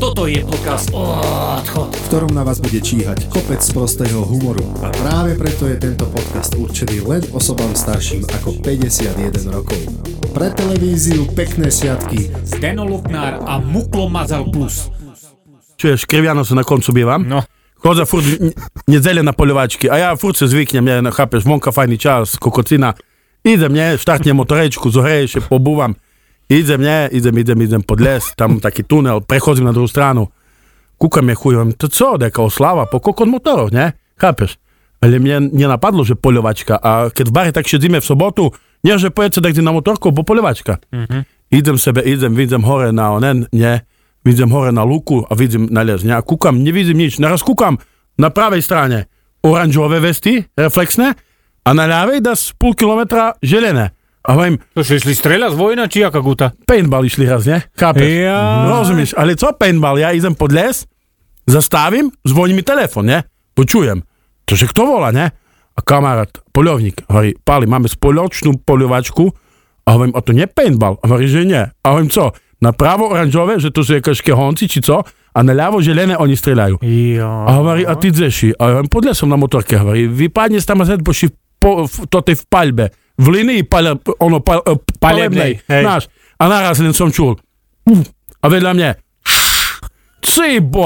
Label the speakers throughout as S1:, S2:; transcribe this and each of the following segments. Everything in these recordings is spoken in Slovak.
S1: Toto je podcast Odchod.
S2: v ktorom na vás bude číhať kopec prostého humoru. A práve preto je tento podcast určený len osobám starším ako 51 rokov. Pre televíziu pekné sviatky,
S1: Zdeno Luknár a Muklo Mazal Plus.
S3: Čuješ, škriviano se na koncu bivam.
S1: No.
S3: Hoza furt n- nedelje na poljevački, a ja furt se zviknem, ne, na- kapeš, vonka fajni čas, kokocina. Idem, ne, štartnem motorečku, zoreje še pobuvam. Idem, ne, idem, idem, idem pod les, tam taki tunel, prehozim na drugu stranu. Kukam je hujem, to co, da je kao slava, po koliko od motorov, ne, kapeš. Ali mi je nje napadlo že poljevačka, a kad v bari tak še zime v sobotu, nje že pojece da gdje na motorku bo poljevačka. idem sebe, idem, vidim hore na onen, nje, vidim hore na luku, a vidim na ležnja, kukam, ne vidim nič, ne razkukam, na pravej strane oranžove vesti, refleksne, a na ljavej da s pol kilometra želene. A vem,
S4: To su išli strela z vojna čija kaguta?
S3: paintball išli raz, ne? Kapeš?
S4: Ja.
S3: Rozumiš, ali co paintball, ja idem pod les, zastavim, zvoni mi telefon, ne? Počujem, to že kto vola, ne? A kamarat, polovnik, hovorí, pali, máme spoločnú poljovačku, a hovorím, a to nie paintball? A hovorí, že nie. A hovorím, co? Na pravo oranžové, že to sú jaké honci, či co? A na ľavo želené oni strieľajú.
S4: Ja.
S3: A hovorí, a ty dzeši, a ja hovorím, podľa som na motorke, hovorí, vypadne tam zed, boši v po, v, totej v paľbe, v linii pale, ono, pal, eh, palebnej,
S4: Palebnej, hej.
S3: náš. A naraz len som čul, uf, a vedľa mňa, šš, cibo,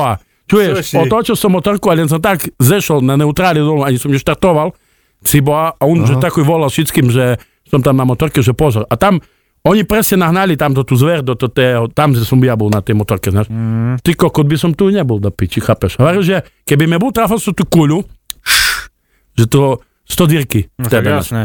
S4: Suši.
S3: čuješ, otočil som motorku a len som tak zešol na neutráli dolu, ani som neštartoval, cibo, a on že taký volal všetkým, že som tam na motorke, že pozor. A tam, oni presne nahnali tamto tú zver do to, tého, tam, kde som ja bol na tej motorke, znaš.
S4: Mhm.
S3: Ty kokot by som tu nebol do piči, chápeš? Hovorím, že keby me bol trafil sú tú kuľu, že to 100 dírky v tebe. máš.
S4: No, Jasné.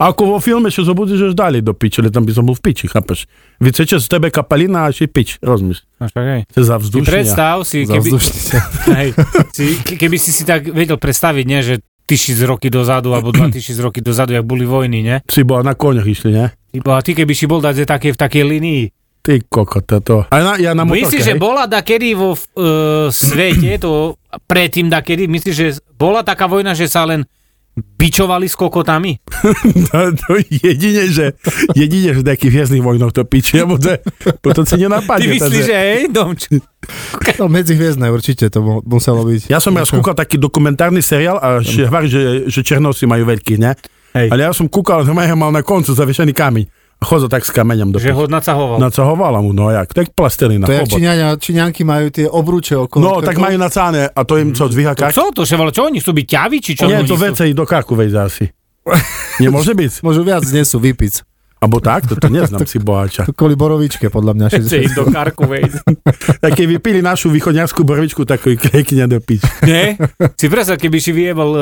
S3: A ako vo filme še zobudíš, že dali do piči, ale tam by som bol v piči, chápeš? Vyceče z tebe kapalina a še pič, rozumieš?
S4: No, však hej.
S3: To je za
S4: Ty
S3: vzdušenia.
S4: predstav si, keby, hej, si, keby si si tak vedel predstaviť, ne, že tisíc roky dozadu alebo dva tisíc roky dozadu, jak boli vojny, ne?
S3: Si bo na koňoch išli, ne?
S4: Iba a ty keby si bol dať také, v takej linii.
S3: Ty kokot, to je to. A na, ja na motorke,
S4: Myslíš, že
S3: hej?
S4: bola da kedy vo v, e, svete, to predtým da kedy, myslíš, že bola taká vojna, že sa len bičovali s kokotami?
S3: to, to jedine, že, jedine, že v nejakých hviezdnych vojnoch to piči, lebo to, je- potom si
S4: Ty
S3: nenapadne.
S4: myslíš,
S3: takže-
S4: že hej, Domčo?
S2: no medzihviezdne určite to mu- muselo byť.
S3: Ja som raz kúkal taký dokumentárny seriál a že, hovorí, že, že Černosy majú veľký, ne?
S4: Hej.
S3: Ale ja som kúkal, že ho mal na koncu zavešený kameň. A chodil tak s kameňom do
S4: Že ho nacahoval.
S3: Nacahovala mu, no jak, tak plastelina.
S2: To je, jak
S3: chobot.
S2: Číňania, Číňanky majú tie obruče okolo.
S3: No, tak majú nacáne a to
S2: Mhm.
S3: im co dvíha
S4: Tak.
S3: kak.
S4: Co to, že vole, čo oni chcú byť ťaví, či čo?
S3: Nie,
S4: oni
S3: to
S4: chcú?
S3: vece i do karku vejde asi. Nemôže byť.
S2: Môžu viac dnes sú vypiť.
S3: Abo tak, to, to neznám si boháča.
S2: Kvôli borovičke, podľa mňa.
S4: Chce ísť do karku, vejsť.
S3: Tak keď vypili našu východňarskú brvičku, takú krikne do pič.
S4: Nie? Si predstav, keby si vyjebal uh,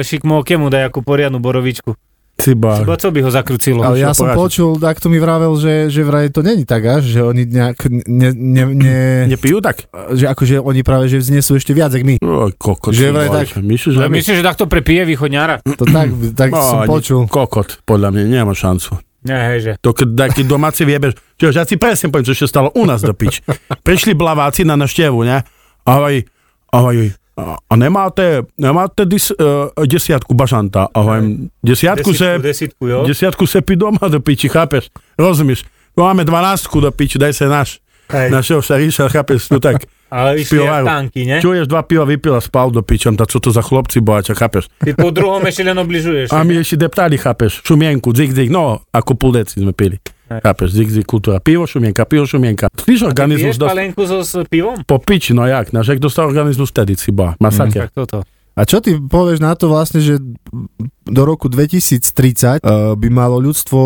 S4: šikmo kemu dajakú poriadnu borovičku.
S3: Ciba.
S4: Iba co by ho zakrucilo?
S2: Ale ja
S3: Išiel
S2: som
S3: poraziť.
S2: počul, tak to mi vravel, že, že vraj to není tak až, že oni nejak ne, ne, ne,
S3: Nepijú tak?
S2: že akože oni práve že vznesú ešte viac, jak my.
S3: Oj, kokot.
S2: Že
S3: si
S2: vraj
S3: boháč. Myslíš, že
S4: Ale myslíš, že takto prepije východňara?
S2: To tak, tak
S3: No,
S2: som
S3: ani-
S2: počul.
S3: Kokot, podľa mňa, nemá šancu.
S4: Ne, hej, že.
S3: To keď taký domáci viebeš, čiže ja si presne poviem, čo sa stalo u nás do pič. Prišli blaváci na naštevu, ne? A hovorí, a hovorí, a a nemáte, nemáte dis, uh, desiatku bažanta. A hovorím, desiatku se,
S4: desítku, jo?
S3: desiatku se pi doma do piči, chápeš? Rozumieš? No máme dvanáctku do piči, daj sa náš.
S4: Hej.
S3: Našeho sa Ríša, chápeš, no tak.
S4: Ale išli jak
S3: pivovaru.
S4: tanky, ne?
S3: Čuješ, dva piva vypila, spal do piči, on tá, co to za chlopci bohača, chápeš?
S4: Ty po druhom ešte len obližuješ.
S3: A my ešte deptali, chápeš, šumienku, dzik, dzik, no, ako púdeci sme pili.
S4: Hej.
S3: Chápeš, dzik, dzik, kultúra, pivo, šumienka, pivo, šumienka. Víš organizmus
S4: Vieš
S3: dostal
S4: palenku so s pivom?
S3: po piči, no jak, náš, jak dostal organizmus vtedy, ciba, masaker.
S4: Tak toto.
S2: A čo ty povieš na to vlastne, že do roku 2030
S5: eh,
S2: uh, by malo ľudstvo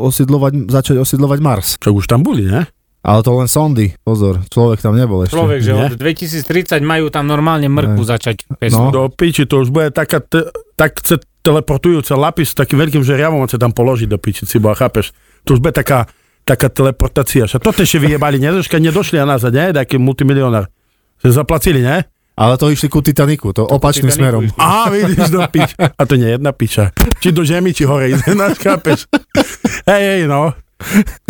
S2: osiedlovať, začať osiedlovať Mars?
S3: Čo už tam boli, ne?
S2: Ale to len sondy, pozor, človek tam nebol ešte.
S4: Človek, že
S3: Nie?
S4: od 2030 majú tam normálne mrku
S2: Ne.
S4: začať.
S2: No.
S3: Do piči, to už bude taká, te, tak sa teleportujúca lapis s takým veľkým žeriavom, on sa tam položí do piči, ciba, chápeš? To už bude taká, taká teleportácia. Čo toto ešte vyjebali, ne? Že nedošli a nazad, ne? Taký multimilionár. Že zaplatili, ne?
S2: Ale to išli ku Titaniku, to opačným
S4: Titaniku
S2: smerom.
S4: išli.
S3: Aha, vidíš, do pič. A to nie je jedna piča. Či do žemi, či hore, ide nás chápeš. Hej, hej, no.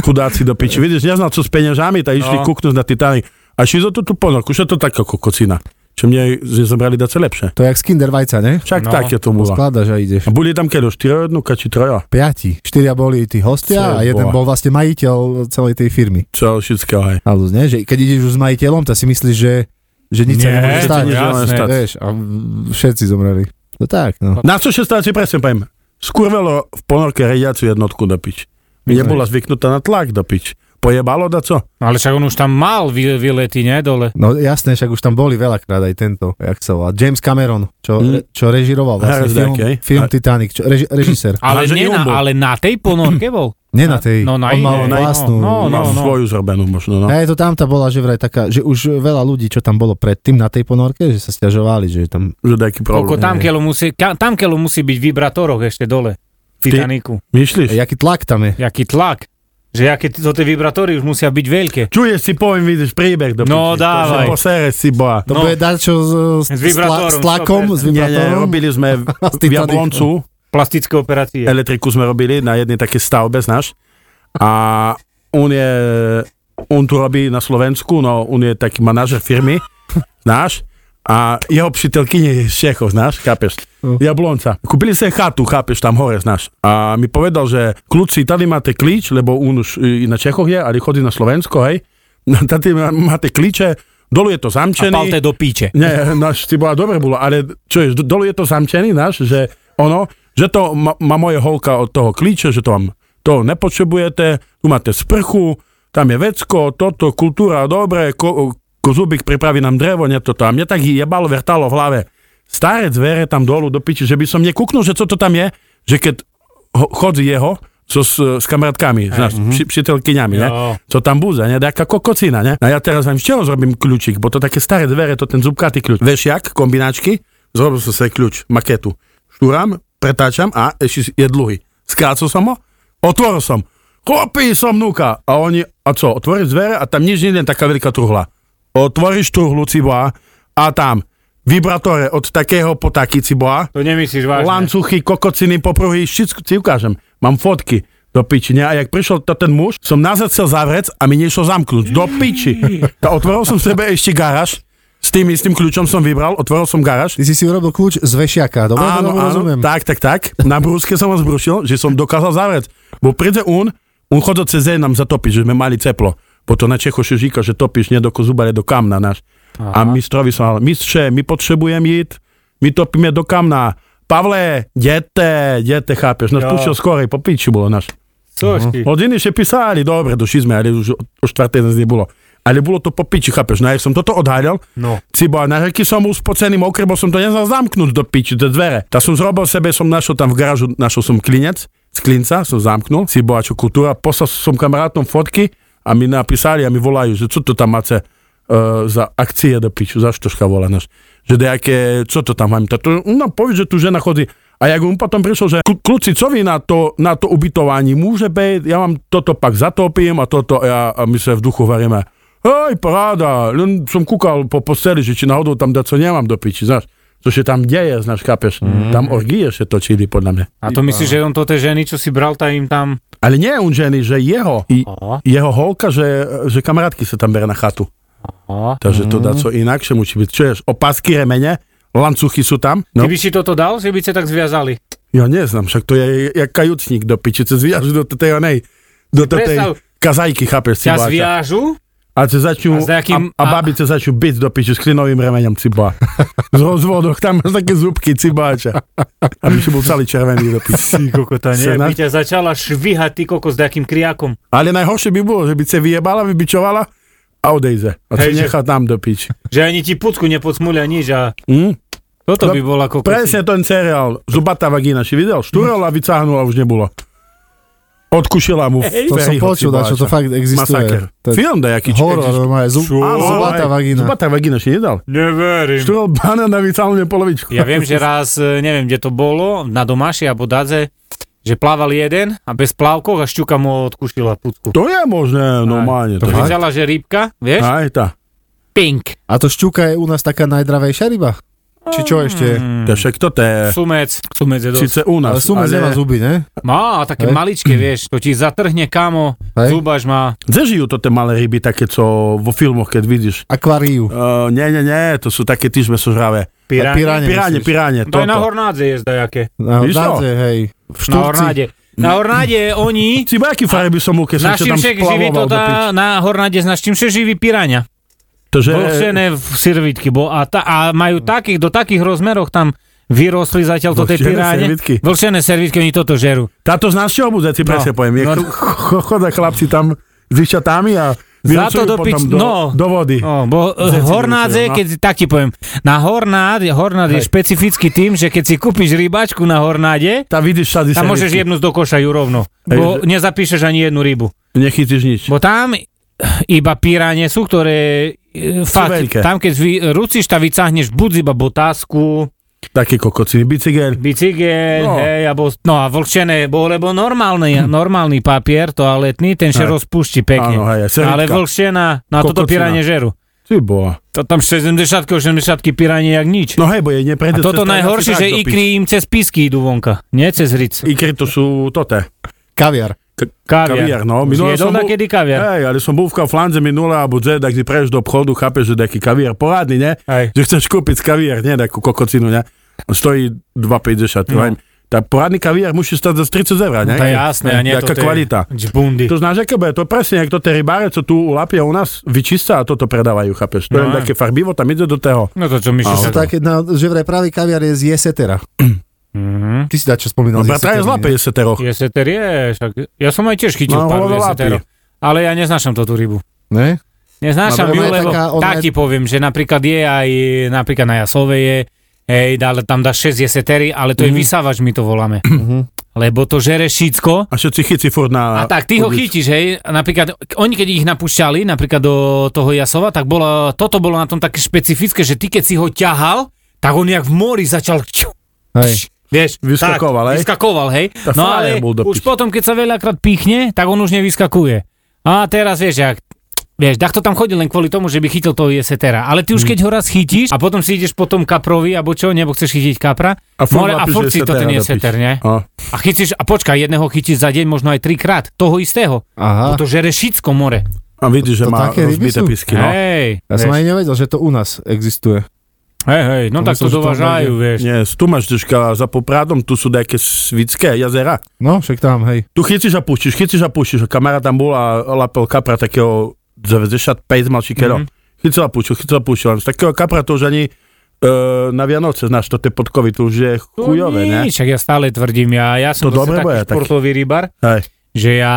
S3: Chudáci do piči. Vidíš, neznal, co s peňažami, tak išli
S4: No.
S3: no. kúknúť na Titanic. A šizo tu tu ponorku, čo to taká kokocina. Čo mne že zobrali dace lepšie.
S5: To je jak z Kinder vajca, ne?
S3: Však
S4: No,
S3: tak je to bolo.
S5: Skladaš a ideš.
S3: A boli tam keľo, štyro jednotka či troja?
S5: Piati. Štyria boli tí hostia
S3: Čo
S5: a
S3: je
S5: jeden
S3: boha.
S5: bol vlastne majiteľ celej tej firmy.
S3: Čo všetkého aj.
S5: Alebo nie, že keď ideš už s majiteľom, tak si myslíš, že, že nič sa
S4: Nie,
S5: nemôže
S4: to
S5: stať.
S4: nie, jasné.
S5: Že, vieš, a v- všetci zomreli. No tak, no.
S3: Na čo sa stále presne poviem. Skurvelo v ponorke rediacu jednotku do pič. Nebola zvyknutá na tlak do pič. Pojebalo da co?
S4: No Ale však on už tam mal vy- vylety, ne, dole.
S5: No jasné, však už tam boli veľakrát aj tento, jak sa volá, James Cameron, čo,
S3: Mm.
S5: re, čo režiroval vlastne
S3: Harris
S5: film,
S3: Dake, hej?
S5: film
S3: A-
S5: Titanic, čo, reži, režisér.
S4: Ale,
S3: Ale že
S4: nie
S3: i
S4: na,
S3: on bol.
S4: ale na tej ponorke bol.
S5: Nie na tej,
S4: No, na
S5: on mal
S4: inej, no,
S5: vlastnú.
S4: no, no.
S3: Má svoju zrobenú možno, no.
S5: A je to tam tá bola, že vraj taká, že už veľa ľudí, čo tam bolo predtým na tej ponorke, že sa stiažovali, že je tam...
S3: Že taký
S4: Koľko
S3: problém.
S4: tam kelo musí, ka, tam kelo musí byť vibratorok ešte dole. V
S3: Ty-
S4: Titaniku.
S3: Myslíš?
S5: Jaký tlak tam je.
S4: Jaký tlak. Že aké t- to tie vibratory už musia byť veľké.
S3: Čuješ si, poviem, vidíš príbeh do
S4: No,
S3: piči. To, že
S4: dávaj.
S3: Posereš si, boha.
S5: To
S4: No.
S5: bude dačo s,
S4: S
S5: s,
S4: vibrátorom,
S5: tla- s tlakom, s
S4: 100%.
S3: Nie, No, nie,
S5: vibrátorom.
S3: robili sme v-
S5: A s
S3: v
S5: Titanicu.
S3: Jabloncu,
S4: Plastické operácie.
S3: elektriku sme robili na jednej také stavbe, znáš. A on je, on tu robí na Slovensku, no on je taký manažer firmy, znáš. A jeho přítelkyně je z Čechov, znáš, chápeš? Jablonca. Kupili ste chatu, chápeš, tam hore, znáš. A mi povedal, že kluci, tady máte klíč, lebo on už e, i na Čechoch je, ale chodí na Slovensko, hej. Tady má- máte klíče, dolu je to
S4: A
S3: zamčený.
S4: palte do píče.
S3: Nie, náš ty bola dobre bolo, ale čo je, do- dolu je to zamčený náš, že ono, že to ma, má moje holka od toho klíče, že to vám to nepotrebujete, tu máte sprchu, tam je vecko, toto, kultúra, dobre, ko, kozubik pripraví nám drevo, nie to tam. Mne tak jebalo, vrtalo v hlave. Staré zvere tam dolu do piči, že by som nekúknul, že co to tam je, že keď ho, chodí jeho, so, s, s kamarátkami, s nás, pši, pšitelkyňami, ne?
S4: Jo.
S3: Co tam búza, ne? Taká kokocina, ne? A ja teraz vám z čoho zrobím kľúčik, bo to také staré dvere, to ten zubkatý kľúč. Vešiak, kombináčky, zrobil som si kľúč, maketu. Štúram, pretáčam a ešte je dlhý. Skrácil som ho, otvoril som. Chlapi, som nuka. A oni, a co, otvoríš dvere a tam nič nie je, taká veľká truhla. Otvoríš truhlu, ciboa, a tam vibratore od takého po taký, ciboa,
S4: To nemyslíš vážne.
S3: lancuchy, kokociny, popruhy, všetko ti ukážem. Mám fotky do piči. Ne? A jak prišiel to ten muž, som nazad chcel zavrec a mi nešlo zamknúť. Do piči. Ta otvoril som sebe ešte garáž. S tým istým kľúčom som vybral, otvoril som garáž.
S5: Ty si si urobil kľúč z vešiaka, dobre?
S3: Áno,
S5: Dobre,
S3: áno,
S5: rozumiem.
S3: tak, tak, tak. Na brúske som ho zbrušil, že som dokázal zavrieť. Bo príde on, on chodil cez deň nám zatopiť, že sme mali teplo. Bo to na Čecho še říka, že topíš nie do Kozubare, do kamna náš. A mistrovi som hovoril, mistře, my potrebujem jít, my topíme do kamna. Pavle, děte, děte, chápeš, nás
S4: Jo.
S3: púšťal skorej, po piči bolo náš.
S4: Což ty?
S3: Hodiny še písali, dobre, došli sme, ale už o štvrtej nás nebolo. Ale bolo to po piči, chápeš, no ja som toto odhádal,
S4: No.
S3: Cibo, a na reky som uspocený mokrý, bo som to neznal zamknúť do piči, do dvere. Ta som zrobil sebe, som našiel tam v garážu, našiel som klinec, z klinca som zamknul, Cibo, a čo kultúra, poslal som kamarátom fotky a mi napísali a mi volajú, že co to tam máte uh, za akcie do piču, za štoška volá náš. Že nejaké, co to tam mám, to, no povedz, že tu žena chodí. A jak on potom prišiel, že "Klu- kluci, co vy na to, na to ubytovanie môže byť, ja vám toto pak zatopím a toto, ja, a my sa v duchu varíme. Hej, paráda, len som kúkal po posteli, že či náhodou tam daco nemám do piči, znáš. To sa tam deje, znáš, chápeš?
S4: Mhm.
S3: Tam orgie sa točili, podľa mňa.
S4: A to myslíš, že on to tie ženy, čo si bral, tá im tam...
S3: Ale nie on ženy, že jeho, i,
S4: Aha.
S3: jeho holka, že, že kamarátky sa tam bere na chatu.
S4: Aha.
S3: Takže to
S4: Mhm.
S3: daco inakšie musí byť. Čo ješ, opasky, remene, lancuchy sú tam. No,
S4: Keby si toto dal, že by ste tak zviazali.
S3: ja neznám, však to je jak kajutník do piči, cez zviažu do tej onej, do tej
S4: Predstav-
S3: kazajky, chápeš?
S4: Ťa
S3: cibáča.
S4: zviažu,
S3: A sa začnú,
S4: A s nejakým-
S3: a, a
S4: a-
S3: babice začnú byť do piče s klinovým remeňom ciba. Z rozvodoch, tam máš také zúbky cibáča. Aby si bol celý červený do piče.
S4: Ty kokota, nie,
S3: Sena.
S4: by ťa začala švihať ty kokos s nejakým kriakom.
S3: Ale najhoršie by bolo, že by sa vyjebala, vybičovala a odejde. A
S4: Hej,
S3: si
S4: že-
S3: nechá tam do piče.
S4: Že ani ti pucku nepocmulia nič a
S3: Hm?
S4: toto
S3: No,
S4: by bola kokos.
S3: Presne ten seriál, Zubatá vagina, si videl?
S5: Hm.
S3: Štúrala, vycáhnula, už nebolo. Odkušila mu
S5: To som
S3: Ferryho
S5: počul, dačo, to
S3: cibáča.
S5: fakt
S3: Masaker.
S5: existuje. To je
S3: Film dajaký. či-
S5: Horor,
S3: existuje.
S5: normálne, zub,
S3: Áno,
S5: zubatá
S3: aj.
S5: vagina.
S3: Zubatá vagina, si nedal?
S4: Neverím.
S3: Štúral banana, vycáhnul polovičku.
S4: Ja viem, že raz, e, neviem, kde to bolo, na domaši alebo dadze, že plával jeden a bez plávkov a šťuka mu odkušila pucku.
S3: To je možné, normálne.
S4: No, To
S3: To je.
S4: vyzala, že rybka, vieš?
S3: Aj tá.
S4: Pink.
S5: A to šťuka je u nás taká najdravejšia ryba. Či čo
S4: Mm.
S5: ešte je?
S4: Hmm.
S3: To je však toto je
S4: Sumec. Eh. Sumec je dosť.
S3: síce u nás,
S5: Ale suma nemá
S3: ale
S5: zuby, ne?
S4: Má také
S5: Hej.
S4: maličké, vieš, to ti zatrhne kamo,
S5: Hej.
S4: zubaž má.
S3: kde žijú to tie malé ryby, také co vo filmoch, keď vidíš?
S5: Akváriu.
S3: Uh, nie, nie, nie, to sú také tiež mesožravé.
S5: Piráne. Piráne,
S3: Piráne,
S5: myslíš?
S3: piráne,
S4: To je na
S3: toto.
S4: Hornádze je zdajaké.
S5: Na
S3: Víš to?
S5: Hornádze, hej. V
S4: Na
S5: Šturci.
S4: Hornáde. Na Hornáde oni...
S3: Si jaký frajer by som mu, keď som
S4: Na
S3: sa tam
S4: Šimšek živí
S3: splavoval
S4: to
S3: do piči.
S4: tá, na Hornáde, na Šimšek živí piráňa.
S3: Tože,
S4: Vlhčené v sirvitky. Bo a, ta, a majú takých, do takých rozmeroch tam vyrostli zatiaľ to tie
S3: Vlhčené
S4: piráne.
S3: servitky.
S4: Vlhčené servitky, oni toto žerú.
S3: táto z nás čo bude, si presne poviem. Je
S4: no.
S3: ch- ch- choda chlapci tam s dičatami a vyrucujú
S4: do
S3: potom
S4: pič-
S3: do,
S4: no.
S3: do vody.
S4: No, bo eh,
S3: Zeci
S4: Hornádze,
S3: vyrúcujú, no.
S4: keď si- tak ti poviem, na Hornád, Hornád je špecifický tým, že keď si kúpiš rybačku na Hornáde,
S3: Tam vidíš všade
S4: tam môžeš
S3: servítky.
S4: jednu z do koša ju rovno,
S3: Hej,
S4: bo nezapíšeš ani jednu rybu.
S3: Nechytíš nič.
S4: Bo tam iba píranie sú, ktoré e, fakt,
S3: veľké.
S4: tam keď vy, rucíš, tam vycáhneš buď iba botázku,
S3: Taký kokociny bicykel.
S4: bicykel,
S3: No.
S4: no. hej, alebo, no a vlhčené, bo, lebo normálny, normálny papier, toaletný, ten sa
S3: Hej.
S4: rozpúšti pekne.
S3: Áno, hej, aj servitka.
S4: ale vlhčená, no a toto
S3: Kokocina.
S4: píranie žeru.
S3: Ty bola.
S4: To tam 60 80 píranie jak nič.
S3: No hej, bo jej
S4: a
S3: neprejde
S4: toto
S3: cez ten
S4: najhoršie,
S3: asi
S4: že
S3: tak do piči.
S4: ikry im cez písky idú vonka, nie cez ric.
S3: Ikry to sú tote.
S5: Kaviar.
S3: kaviar,
S4: Kaviar.
S3: no.
S4: Už
S3: Minule
S4: Jedol
S3: som bol-
S4: takedy kaviar.
S3: Hej, ale som bol v Kauflande minule, alebo že, tak si prejdeš do obchodu, chápeš, že taký kaviar porádny, ne?
S4: Hej.
S3: Že chceš kúpiť kaviar, nie takú kokocinu, ne? On stojí 2,50, no. Tá porádny kaviar musí stať za 30 eur, ne?
S4: No To je jasné, a nie
S3: Taká
S4: to.
S3: kvalita.
S4: Džbundy.
S3: To znáš, aké bude? To je presne, jak to tie rybáre, co tu ulapia u nás, vyčistia a toto predávajú, chápeš?
S4: No
S3: To je
S4: hej.
S3: také farbivo, tam ide do toho.
S4: No to čo Mišo
S5: To
S4: sa...
S5: také, na, že vraj pravý kaviar je z jesetera.
S4: Mhm.
S5: Ty si dačo spomínal
S3: No,
S5: z
S3: bratra je
S5: jesetery,
S3: zlape
S5: ne?
S3: jeseteroch.
S4: Jeseter je, však ja som aj tiež chytil
S3: No,
S4: no, pár
S3: hovorila
S4: jeseterov. Ale ja neznášam to tú rybu.
S5: Ne?
S4: Neznášam
S5: No,
S4: ju,
S5: ona je
S4: lebo
S5: taká- ona
S4: tak
S5: je-
S4: ti poviem, že napríklad je aj, napríklad na Jasove je, hej, ale tam dáš 6 jesetery, ale
S5: Mhm.
S4: to je vysávač, my to voláme. Lebo to žere šícko.
S3: A všetci chyci furt
S4: A
S3: na...
S4: tak ty ho
S3: ulici.
S4: chytíš, hej, napríklad, oni keď ich napúšťali, napríklad do toho Jasova, tak bolo, toto bolo na tom také špecifické, že ty keď si ho ťahal, tak on jak v mori začal čiu,
S5: Hej.
S4: Vieš,
S3: Vyskakoval,
S4: tak,
S3: hej?
S4: Vyskakoval, hej.
S3: Tak
S4: no ale
S3: frajer bol do
S4: už
S3: piči.
S4: potom, keď sa veľakrát pichne, tak on už nevyskakuje. A teraz vieš, jak Vieš, tak to tam chodil len kvôli tomu, že by chytil toho jesetera. Ale
S3: Mm.
S4: ty už keď ho raz chytíš a potom si ideš po tom kaprovi, alebo čo, nebo chceš chytiť kapra,
S3: A
S4: more,
S3: furt
S4: a
S3: lapíš
S4: furt si to
S3: jesetera
S4: ten
S3: do
S4: jeseter,
S3: piči.
S4: nie?
S3: A.
S4: A chytíš, a počkaj, jedného chytíš za deň možno aj trikrát, toho istého.
S5: Aha.
S4: To žere šicko more.
S3: A vidíš, že
S5: To
S3: má
S5: také ryby
S3: rozbité
S5: sú?
S3: pisky, no.
S4: Hej,
S5: Ja som
S4: vieš.
S5: ani nevedel, že to u nás existuje.
S4: hej, hej, no tak
S5: To myslel,
S4: to
S5: že to
S4: dovážajú,
S5: nájde.
S4: vieš.
S3: Nie, tu máš težka za popradom, tu sú nejaké svické jazera.
S5: No, však tam, hej.
S3: Tu chytíš a pustíš, chytíš a pustíš. Kamera tam bola, lapel kapra takého 95 malší kero.
S4: Mhm.
S3: Mm-hmm. Chytil a pustil, chytil a pustil. Len Z takého kapra to už ani e, na Vianoce, znáš, to tie podkovy, to už je
S4: To
S3: chujové, ne?
S4: nič, však ja stále tvrdím, ja, ja som zase
S3: To dobre
S4: taký
S3: bude, tak-
S4: športový rybar,
S3: Hej.
S4: že ja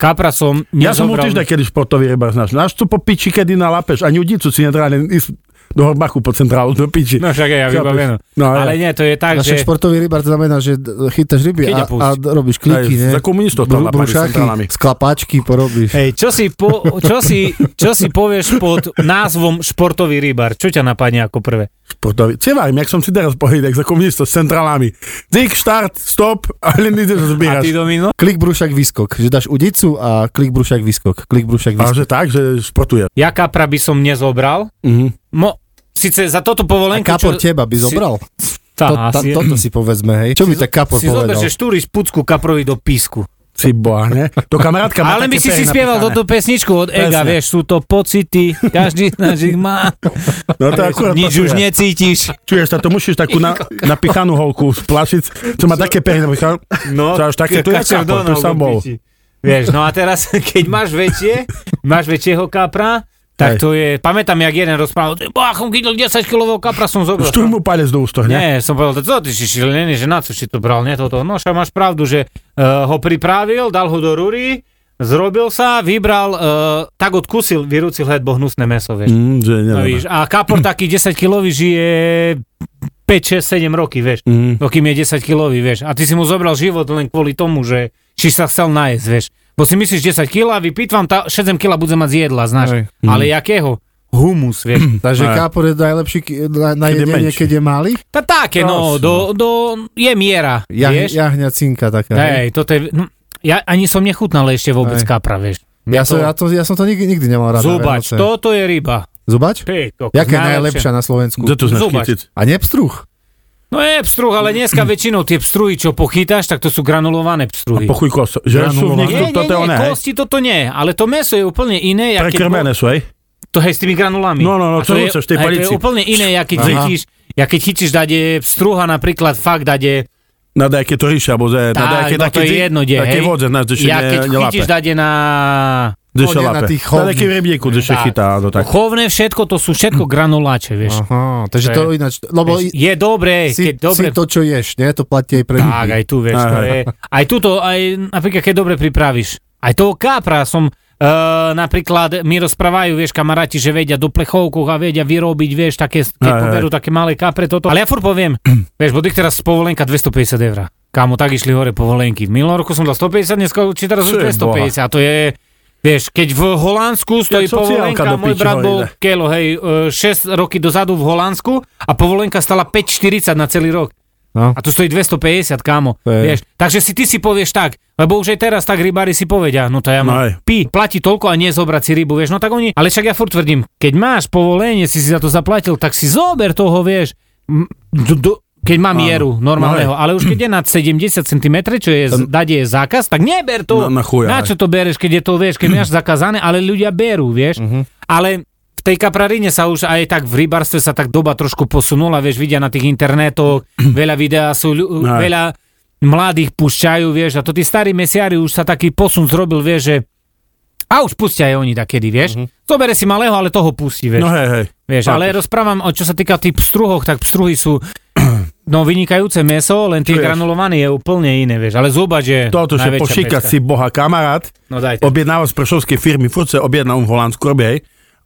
S4: kapra som
S3: Ja som bol
S4: nezobral-
S3: tiež takedy športový rybar, znáš. Znáš, tu po piči, kedy nalapeš. Ani udicu si nedrá, len ísť do horbachu po centrálu, do piči.
S4: No však aj ja
S3: Chápeš?
S4: vybavenú.
S3: No,
S4: Ale nie, to je tak,
S5: Naše
S4: že...
S5: športový rybar to znamená, že d- chytáš ryby
S4: Keď
S5: a,
S4: a pusť.
S5: a d- robíš kliky, ne?
S3: Aj, za komunistov tam
S5: Bru-
S3: lapali centrálami.
S5: Brušáky, sklapačky porobíš.
S4: Hej, čo si, po, čo, si, čo si povieš pod názvom športový rybar? Čo ťa napadne ako prvé?
S3: Športový. Cevám, jak som si teraz povedal, jak za komunistov s centrálami. Dik, štart, stop, ale
S4: A
S3: ideš
S4: ty
S3: zbíraš.
S4: Domino?
S5: Klik, brušak, výskok. Že dáš udicu a klik, brušak, výskok. Klik, brušak,
S3: A
S5: výskok.
S3: že tak, že športuje.
S4: Ja kapra by som nezobral.
S3: Mhm.
S4: Mo, Sice za toto
S5: A
S4: povolenku...
S5: kapor E, teba by
S4: si-
S5: zobral?
S4: Tá,
S5: To, ta,
S4: si,
S5: toto si povedzme, hej. Čo by tak kapor
S4: si zober,
S5: povedal?
S4: že štúriš pucku kaprovi do písku.
S3: Si boha, ne? To kamarátka má
S4: Ale by
S3: také
S4: si si
S3: pery
S4: spieval
S3: napísané.
S4: toto pesničku od Ega,
S3: Presne.
S4: vieš, sú to pocity, každý z nás ich má.
S3: No to akurát
S4: Nič už necítiš.
S3: Čuješ, to musíš takú na, napichanú holku splašiť, čo má také pery napichanú.
S4: No,
S3: Čo až také, tu je
S4: Kačer
S3: kapor, tu
S4: Donald
S3: som
S4: do
S3: bol.
S4: piči. Vieš, no a teraz, keď máš väčšie, máš väčšieho kapra, tak
S3: Hej.
S4: to je, pamätám, jak jeden rozprával, "Ty, bá, som chytil 10 kilového kapra, som zobral.
S3: Štúr mu palec do ústoch, ne?
S4: Nie, som povedal, to ty si šilený, že na co si to bral, nie toto. No, však máš pravdu, že uh, ho pripravil, dal ho do rúry, zrobil sa, vybral, uh, tak odkusil, vyrúcil head bohnusné meso, vieš.
S3: Mm, že
S4: No,
S3: neviem.
S4: víš, a kapor taký 10 kilový žije 5, 6, 7 roky, vieš.
S3: Mm.
S4: No kým je 10 kilový, vieš. A ty si mu zobral život len kvôli tomu, že či sa chcel nájsť, vieš. Bo si myslíš 10 kg, vypýtvam, tá 7 kg budem mať z jedla, znáš.
S5: Hej.
S4: Ale jakého? Humus, vieš.
S5: Takže
S3: Aj.
S5: kapor je najlepší ki- na, na
S3: Keď je
S5: jedenie,
S3: menší.
S5: keď je malý.
S4: Tá také, no,
S3: Krásne.
S4: do, do, je miera,
S5: Ja,
S4: vieš.
S5: jahňa cinka taká. hej.
S4: Hej, toto je, no, ja ani som nechutnal ešte vôbec
S5: Hej.
S4: kapra, vieš.
S5: Ja, som,
S4: to-
S5: ja, to, ja som to nikdy, nikdy nemal rád. na
S4: Zubač,
S5: Vianoce.
S4: toto je ryba.
S5: Zubač?
S4: Ty, kokos,
S5: Jaká je najlepšia na Slovensku?
S3: Za to znaš
S4: Zubač.
S3: chytiť.
S5: A nepstruh.
S4: No je pstruh, ale dneska väčšinou tie pstruhy, čo pochytáš, tak to sú granulované
S3: A
S4: pstruhy.
S3: pochuj koso. Že sú
S5: Granulované.
S3: v nich,
S4: nie, nie,
S3: to, to, to,
S4: nie,
S3: ne, hej.
S4: kosti toto nie, ale to meso je úplne iné. jak keď
S3: Prekrmené sú, hej.
S4: bol- To hej, s tými granulami.
S3: No, no, no,
S4: A
S3: čo
S4: je-
S3: chceš,
S4: a
S3: tej
S4: To
S3: palici.
S4: je úplne iné, jak keď
S5: Aha.
S4: chytíš, jak keď chytíš dade pstruha napríklad, fakt dade,
S3: Na nejaké to ríša, bo ze, na
S4: tak,
S3: nejaké
S4: no to je jedno, kde,
S3: také
S4: hej.
S3: vodze, na čo
S4: Ja keď
S3: ne, nelápe.
S4: chytíš dade na
S3: Kde
S5: chodí
S3: sa
S5: na
S3: lápe.
S5: tých
S3: Na nejaké
S5: chovných.
S3: rybníku, kde sa
S4: Tak.
S3: chytá, áno, no tak. No.
S4: chovné všetko, to sú všetko granuláče, vieš.
S5: Aha,
S4: To
S5: takže to
S4: je-
S5: ináč, lebo i-
S4: Je dobré, keď
S5: si,
S4: dobre
S5: si to, čo ješ, nie? To platí aj pre
S4: Tak,
S5: ľudí.
S4: aj tu, vieš, to
S3: Aha.
S4: je. Aj tuto, aj napríklad, keď dobre pripravíš. Aj toho kápra som, e, napríklad, mi rozprávajú, vieš, kamaráti, že vedia do plechovkov a vedia vyrobiť, vieš, také, keď
S3: Aj, aj.
S4: poberú také malé kapre, toto. Ale ja furt poviem, vieš, bodek teraz povolenka 250 eur. Kámo, tak išli hore povolenky. V minulom roku som dal 150, dneska či teraz už
S3: Ty
S4: 250 a to je... Vieš, keď v Holandsku stojí
S3: Jak sociálka
S4: povolenka,
S3: do
S4: môj
S3: piči
S4: brat
S3: hore
S4: bol
S3: ide.
S4: kelo, hej, 6 roky dozadu v Holandsku a povolenka stala 5,40 na celý rok.
S5: No.
S4: A tu stojí 250, kámo.
S5: To je-
S4: Vieš, takže si ty si povieš tak, lebo už aj teraz tak rybári si povedia, no to ja
S3: No
S4: mám
S3: aj.
S4: pi, platí toľko a nezobrať si rybu, vieš, no tak oni, ale však ja furt tvrdím, keď máš povolenie, si si za to zaplatil, tak si zober toho, vieš, m, do, do, keď má mieru normálneho,
S3: No
S4: ale už keď je nad 70 cm, čo je, z- dade je zákaz, tak neber to.
S3: Na- na chuja,
S4: na
S3: aj.
S4: čo to bereš, keď je to, vieš, keď máš zakázané, ale ľudia berú, vieš.
S3: Mhm.
S4: Ale v tej kaprarine sa už aj tak v rybárstve sa tak doba trošku posunula, vieš, vidia na tých internetoch, veľa videá sú, ľu-
S3: No Aj.
S4: veľa mladých pušťajú, vieš, a to tí starí mesiari už sa taký posun zrobil, vieš, že a už pustia aj oni takedy, vieš. Zobere si malého, ale toho pustí, vieš.
S3: Mhm. No hej, hej.
S4: Vieš, ale rozprávam, o čo sa týka tých pstruhov, tak pstruhy sú no vynikajúce meso, len tých
S3: Čuješ?
S4: granulovaný je úplne iné, vieš. Ale zúba, že
S3: Toto, že
S4: najväčšia
S3: pošíka
S4: pecka.
S3: si boha kamarát,
S4: No daj to.
S3: objednáva z prešovskej firmy, furt se objedná on v Holandsku, robí, hej.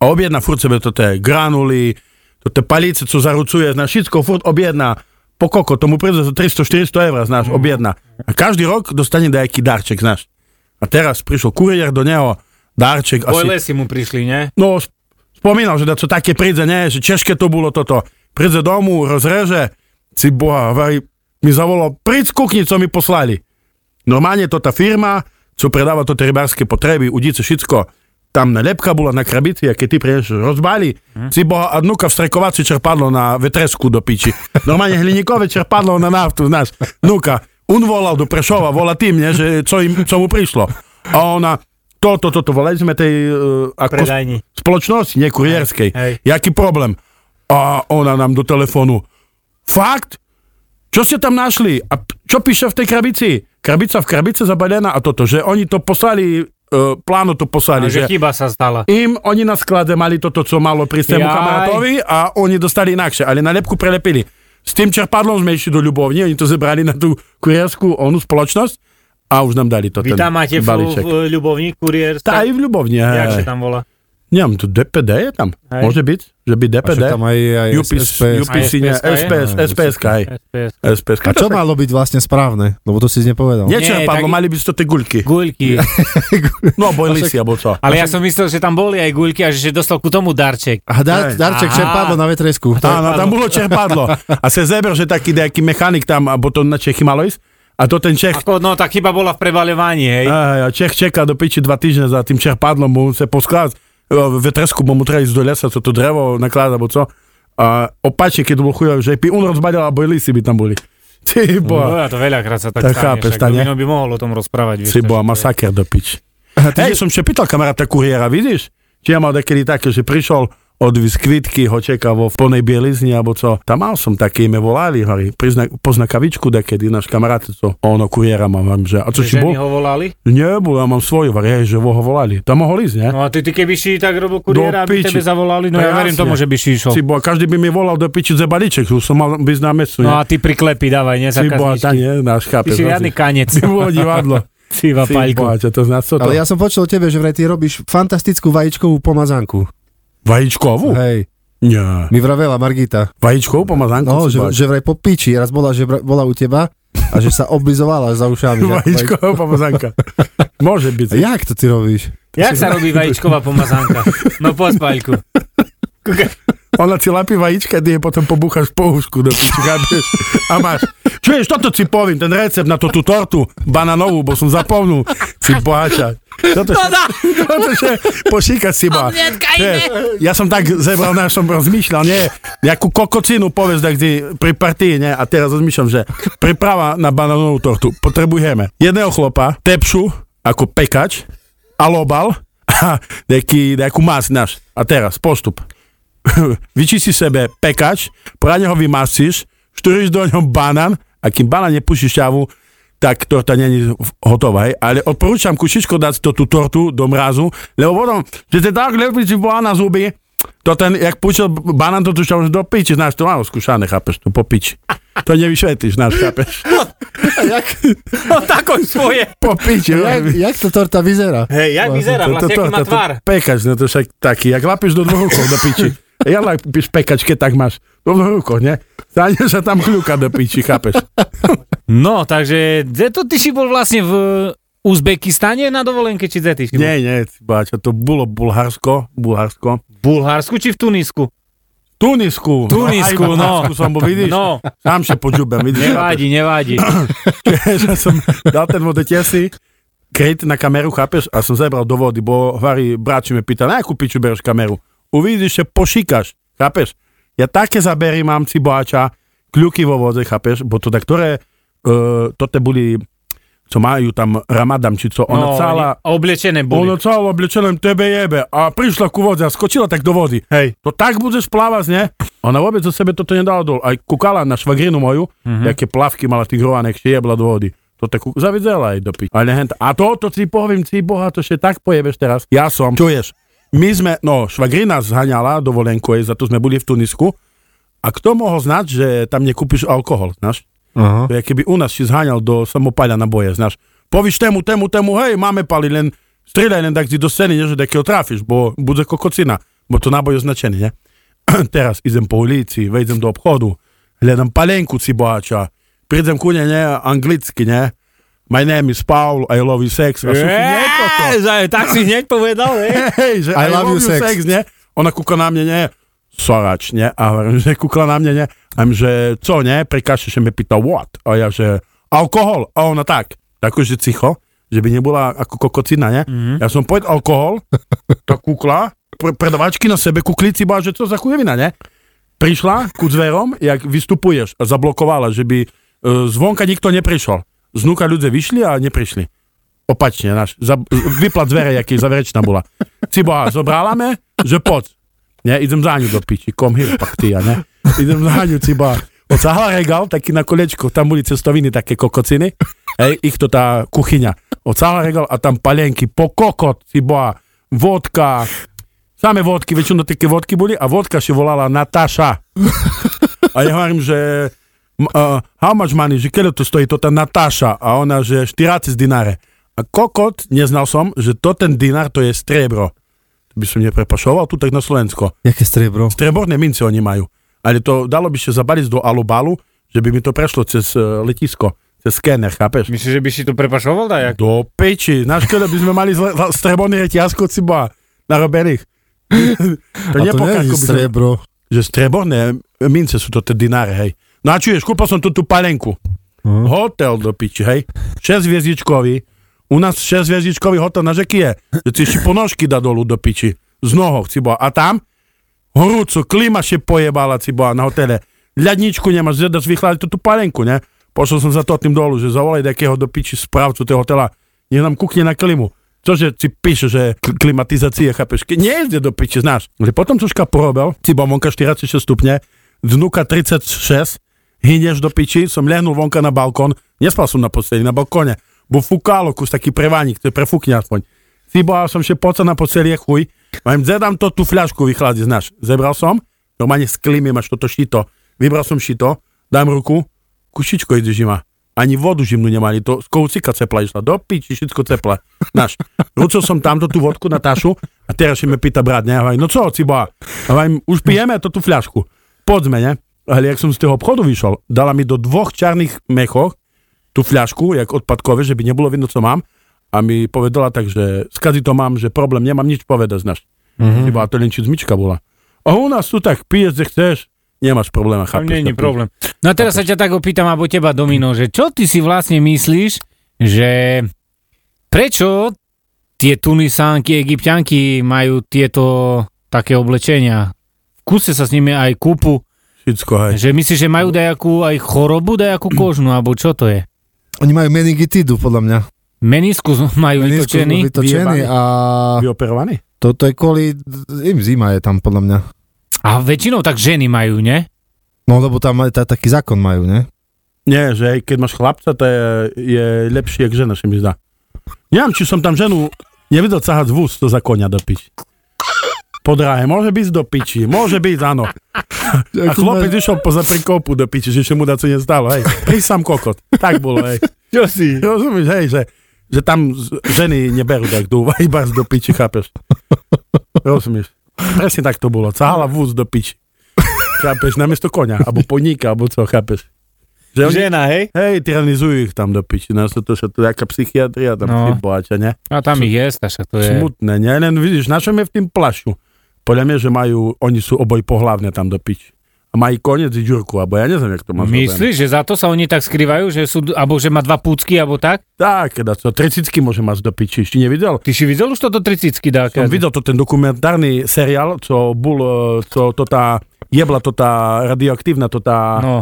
S3: A objedná furt sebe to té granuly, to té palice, co zarucuje, znáš, všetko furt objedná. Po koko, tomu príde za 300-400 eur,
S5: Mhm.
S3: znáš, objedná. A každý rok dostane nejaký darček, znáš. A teraz prišiel kuriér do neho, darček asi...
S4: Bojle si mu prišli, ne?
S3: No, sp- spomínal, že to také príde, nie, že ťažké to bolo toto. Príde domu, rozreže, si boha, hovorí, mi zavolal, príď z kuchni, co mi poslali. Normálne to tá firma, čo predáva toto rybárske potreby, udice, všetko, tam nalepka bola na krabici, a keď ty prídeš, rozbali, hmm. si boha, adnuka vstrekovací čerpadlo na vetresku do piči. Normálne hliníkové čerpadlo na naftu, znáš, nuka. On volal do Prešova, volá tým, ne, že co, im, co mu prišlo. A ona, toto, toto, volali sme tej uh, ako
S4: Predajni.
S3: spoločnosti, nie kurierskej.
S4: Hej, hej.
S3: Jaký problém? A ona nám do telefónu, fakt? Čo ste tam našli? A p- čo píše v tej krabici? Krabica v krabice zabalená a toto, že oni to poslali, uh, pláno to poslali,
S4: že
S3: že,
S4: chyba sa stala.
S3: im oni na sklade mali toto, co malo pri stému
S4: Jaj.
S3: kamarátovi a oni dostali inakšie, ale nalepku prelepili. S tým čerpadlom sme išli do Ľubovne, oni to zebrali na tú kurierskú onú spoločnosť a už nám dali to
S4: Vy
S3: ten
S4: tam máte fú,
S3: balíček.
S4: ľubovník, kuriér,
S3: Tá aj v Ľubovni, hej.
S4: jak sa tam volá.
S3: Neviem, to DPD je tam.
S4: Hej.
S3: Môže byť, že by
S5: A
S3: DPD.
S5: však tam aj, aj
S3: UPS,
S5: SPS.
S3: UPS,
S4: SPSK je?
S3: nie, SPS,
S5: Aj,
S3: SPSK, aj.
S4: SPS.
S3: SPSK.
S5: A čo malo byť vlastne správne? Lebo to si nepovedal.
S3: Nečerpadlo,
S4: Nie, tak-
S3: mali by ste tie guľky.
S4: Guľky.
S3: No, bojli si, alebo čo.
S4: Ale ja som myslel, že tam boli aj guľky a že dostal ku tomu darček.
S5: A dar, darček
S4: Aha.
S5: čerpadlo na vetresku.
S3: Áno, tam bolo čerpadlo. A se zeber, že taký nejaký mechanik tam, alebo to na Čechy malo ísť. A to ten Čech,
S4: Ako, no tá chyba bola v prebalovaní, hej.
S3: a, a Čech čeká do piči dva týždne za tým čerpadlom, mu se posklad, v tresku mu treba ísť do lesa, co to drevo naklada, alebo co. A opačne, keď to bol chujov, že by on rozbalil, a bojli si by tam boli. Ty boha.
S4: No, ja to veľakrát sa tak
S3: Tak
S4: stane,
S3: chápeš,
S4: však
S3: tá, ne?
S4: Dubino by mohol o tom rozprávať. vieš,
S3: Si
S4: to,
S3: bola
S4: že to je-
S3: masaker do pič. Hej, som še pýtal kamaráta kuriéra, vidíš? Či ja mal takedy také, že prišiel od viskvitky, ho čekal vo plnej bielizni, alebo co. Tam mal som také, me volali, hovorí, prizna, pozna kavičku takedy, náš kamarát, co ono kuriéra mám, vám, že, a co
S4: Že ženy
S3: si bol?
S4: ho volali?
S3: Nebol, ja mám svoju, hovorí, hej, že ho volali. Tam mohol ísť, ne?
S4: No a ty, ty keby si tak robil kuriéra,
S3: Do
S4: aby
S3: piči.
S4: tebe zavolali, no
S3: To
S4: ja
S3: jasne.
S4: verím tomu, že by si išiel.
S3: Si bola, každý by mi volal do piči za balíček, už som mal byť na mestu,
S4: No a
S3: ne?
S4: ty priklepy dávaj, ne?
S3: Si bola, tá
S4: Zákazníčky.
S3: nie, náš
S4: Ty
S3: chápeš.
S4: si riadny kanec.
S3: Si bola divadlo.
S4: Si iba
S3: Si
S4: paľku.
S3: bola, čo to znáš, co to?
S5: Ale ja som počul o tebe, že vraj ty robíš fantastickú vajíčkovú pomazánku.
S3: Vajíčkovú?
S5: Hej,
S3: Nie.
S5: mi vravela Margita.
S3: Vajíčkou pomazánku?
S5: No,
S3: si
S5: že,
S3: bola.
S5: že vraj po piči, raz bola, že vra- bola u teba a že sa oblizovala za ušami. že ako vajíčko.
S3: Vajíčková pomazánka. Môže byť.
S5: A jak to ty robíš?
S4: Jak sa robí vajíčková pomazánka? No poď paľku.
S3: Ona si lapí vajíčka, ty je potom pobúchaš po ušku do piči, chápeš? A máš. Čuješ, toto si poviem, ten recept na to tú tortu bananovú, bo som zapomnul. Si bohača. Toto, že, toto, že pošíkať si ma. Vieš, Ja som tak zebral, na som rozmýšľal, nie, nejakú kokocinu povedz tak ty pri partii, nie, a teraz rozmýšľam, že priprava na banánovú tortu, potrebujeme jedného chlopa, tepšu, ako pekač, alobal, a nejaký, nejakú mas náš. A teraz, postup. Vyčísi sebe pekač, poradne ho vymasíš, štúriš do ňom banán a kým banán nepúšiš šťavu, tak torta není hotová, hej. Ale odporúčam kušičko dať to, tú tortu do mrazu, lebo potom, že te tak lepí si bola na zuby, to ten, jak púšil banán, to tu šťavu, že do piči, znáš, to mám skúšané, chápeš, to po piči. To nevyšvetlíš, znáš, chápeš.
S4: No tako svoje.
S3: Po piči,
S5: Jak,
S3: vieš.
S5: jak to torta vyzerá?
S4: Hej, jak vyzerá vlastne, aký má
S3: to-
S4: tvar?
S3: Pekač, no to však taký, jak lapíš do dvoch rukov do piči. Ja lapíš pekač, keď tak máš do dvoch rukov, ne? Zájde sa tam kľúka do piči, chápeš?
S4: No, takže, kde to ty si bol vlastne v Uzbekistane na dovolenke, či kde ty si bol?
S3: Nie, nie, báča, to bolo Bulharsko, Bulharsko.
S4: V Bulharsku či v Tunisku?
S3: Tunisku.
S4: Tunisku,
S3: aj v
S4: no.
S3: Tunisku som bol, vidíš? No.
S4: No,
S3: Sám sa podžubem, vidíš? chápeš?
S4: nevadí, nevadí.
S3: že som dal ten vodetiesi, kryt na kameru, chápeš? A som zebral do vody, bo hovorí, bráči me pýta, na akú piču bereš kameru? Uvidíš, že pošíkaš, chápeš? Ja také zabery mám, ciboáča, kľuky vo vode, chápeš? Bo to tak, ktoré, uh, tote boli, co majú tam ramadam, či co, ona no,
S4: No,
S3: celá...
S4: oni Oblečené
S3: Ona
S4: boli.
S3: celá oblečená tebe jebe a prišla ku vode a skočila tak do vody.
S4: Hej.
S3: To tak budeš plávať, ne? Ona vôbec zo sebe toto nedala dol. Aj kukala na švagrinu moju, mm-hmm. jaké plavky mala tigrované, jak jebla do vody. To tak kuk- zavidzela aj do piči. Ale hent. A toto si poviem, si boha, to še tak pojebeš teraz. Ja som. Čuješ? My sme, no, švagrina zhaňala dovolenku jej, za to sme boli v Tunisku. A kto mohol znať, že tam nekúpiš alkohol, znáš?
S5: Aha.
S3: To je, keby u nás si zháňal do samopáľa na boje, znáš. Povíš tému, tému, tému, hej, máme pali, len strieľaj len tak si do scény, nie, že takého trafíš, bo bude kokocina, bo to náboj označený, ne? Teraz idem po ulici, vejdem do obchodu, hľadám palenku si bohača, prídem ku nej, ne, anglicky, ne? My name is Paul, I love you sex. A všetci, nie, toto.
S4: Eee, za- tak si hneď povedal, hej.
S3: Hej, že I, love, you sex. nie? Ona kúka na mňa, nie? Sorač, nie? A hovorím, že kúkla na mňa, nie? A hovorím, že co, nie? Prikaže, že mi pýta what? A ja, že alkohol. A ona tak. Tak už, že cicho, že by nebola ako kokocina, nie? Mm-hmm. Ja som povedal alkohol, to kúkla, pre, predavačky na sebe kuklici, bola, že to za chujevina, nie? Prišla ku dverom, jak vystupuješ, a zablokovala, že by e, zvonka nikto neprišiel. Znúka ľudia vyšli a neprišli opačne, náš, za, vypla dvere, jaký zaverečná bola. Ciboha, zobrala me, že poď. Ne, idem za ňu do piči, kom here, pak ty, ja, ne? Idem za ňu, ciboha. Odsáhla regál, taký na kolečku, tam boli cestoviny, také kokociny. Hej, ich to tá kuchyňa. Odsáhla regál a tam palenky, po kokot, ciboha, vodka, same vodky, väčšinou také vodky boli a vodka si volala Natáša. A ja hovorím, že m- uh, how much money, že keľo to stojí, to tá Natáša a ona, že 40 dináre. A kokot, neznal som, že to ten dinár to je striebro. To by som neprepašoval tu tak na Slovensko.
S5: Jaké striebro?
S3: Strieborné mince oni majú. Ale to dalo by sa zabaliť do alubalu, že by mi to prešlo cez eh, letisko, cez skéner, chápeš?
S4: Myslíš, že by si to prepašoval, da? Jak?
S3: Do peči, na škole by sme mali zle, zle, strieborný reťazko ciba narobených. to
S5: A to nie
S3: nepokážko
S5: je
S3: by som-
S5: striebro.
S3: že streborné mince sú to tie dináre, hej. No a čuješ, kúpil som tu tú palenku. Hmm. Hotel do piči, hej. 6 hviezdičkový. U nás 6 hviezdičkový hotel na žeky je. Že si ešte ponožky dá dolu do piči. Z nohou, cibo. A tam? Horúco, klima še pojebala, cibo, na hotele. Ľadničku nemáš, že dáš vychladiť tú, tú palenku, ne? Pošel som za to tým dolu, že zavolaj takého do piči správcu toho hotela. Nech nám kukne na klimu. Cože si píše, že kl- klimatizácia, chápeš? Ke- nie jde do piči, znáš. Ale potom troška porobil, cibo vonka 46 stupne, dnuka 36, hynieš do piči, som lehnul vonka na balkón, nespal som na posteli, na balkóne, bo fúkalo kus taký prevánik, to je prefúkne aspoň. Cibo, a som še poca na posteli, je chuj, Mám, zedám to tú fľašku vychladí, znáš. Zebral som, normálne s klimy máš toto šito. Vybral som šito, dám ruku, kušičko ide žima. Ani vodu žimnú nemali, to z koucika cepla išla, do piči, všetko cepla. Náš. Rúcil som tamto tú vodku na tašu a teraz si me pýta brat, ne? Hovorím, no co, ciba? Hovorím, už pijeme to tú fľašku. Poďme, ne? Ale jak som z toho obchodu vyšiel, dala mi do dvoch čarných mechoch tú fľašku, jak odpadkové, že by nebolo vidno, co mám. A mi povedala tak, že skazy to mám, že problém nemám nič povedať, znáš.
S4: Mhm.
S3: Mm-hmm. Iba to len či zmička bola. A u nás tu tak piješ, kde chceš, nemáš problém.
S4: Tam
S3: chápeš.
S4: nie je
S3: to?
S4: problém. No a teraz sa ťa tak opýtam, alebo teba, Domino, že čo ty si vlastne myslíš, že prečo tie tunisánky, egyptianky majú tieto také oblečenia. V kuse sa s nimi aj kúpu,
S3: Všetko, hej.
S4: že myslíš, že majú dajakú aj chorobu, dajakú kožnú, alebo čo to je?
S5: Oni majú meningitidu, podľa mňa.
S4: Meniskus majú vytočený.
S5: vytočený
S3: vyjebaný.
S5: a
S3: Vyoperovaný?
S5: toto je kvôli, im zima je tam, podľa mňa.
S4: A väčšinou tak ženy majú, ne?
S5: No lebo tam aj tá, taký zákon majú, ne?
S3: Nie, že aj keď máš chlapca, to je, je lepší, jak žena, si mi zdá. Neviem, či som tam ženu nevidel cahať z vúz, to za konia do piči. Po dráhe, môže byť do piči, môže byť, áno. A chlapec išiel poza prikopu do piči, že ešte mu dacu nestalo, hej. Prísam kokot, tak bolo, hej.
S4: Čo si?
S3: Rozumieš, hej, že, že tam z- ženy neberú tak do úvahy, iba do piči, chápeš? Rozumieš? Presne tak to bolo, cahala vúz do piči. Chápeš, namiesto konia, alebo poníka, alebo co, chápeš? Že oni-
S4: Žena, hej?
S3: Hej, tyranizujú ich tam do piči, no to, to, to, to je taká psychiatria tam
S4: No.
S3: no. bohača, ne?
S4: A tam ich je, Staša, to je.
S3: Smutné, ne? Len vidíš, na čom je v tým plašu? Podľa mňa, že majú, oni sú oboj pohlavne tam do piči. A majú koniec i ďurku, alebo ja neviem, jak to má
S4: Myslíš, že za to sa oni tak skrývajú, že sú, alebo že má dva púcky, alebo tak?
S3: Tak, teda to, 30 môže mať do piči, ešte nevidel?
S4: Ty si videl už toto 30 dá?
S3: Som videl to ten dokumentárny seriál, co bol, eh, co to tá, jebla to tá radioaktívna, to tá, no,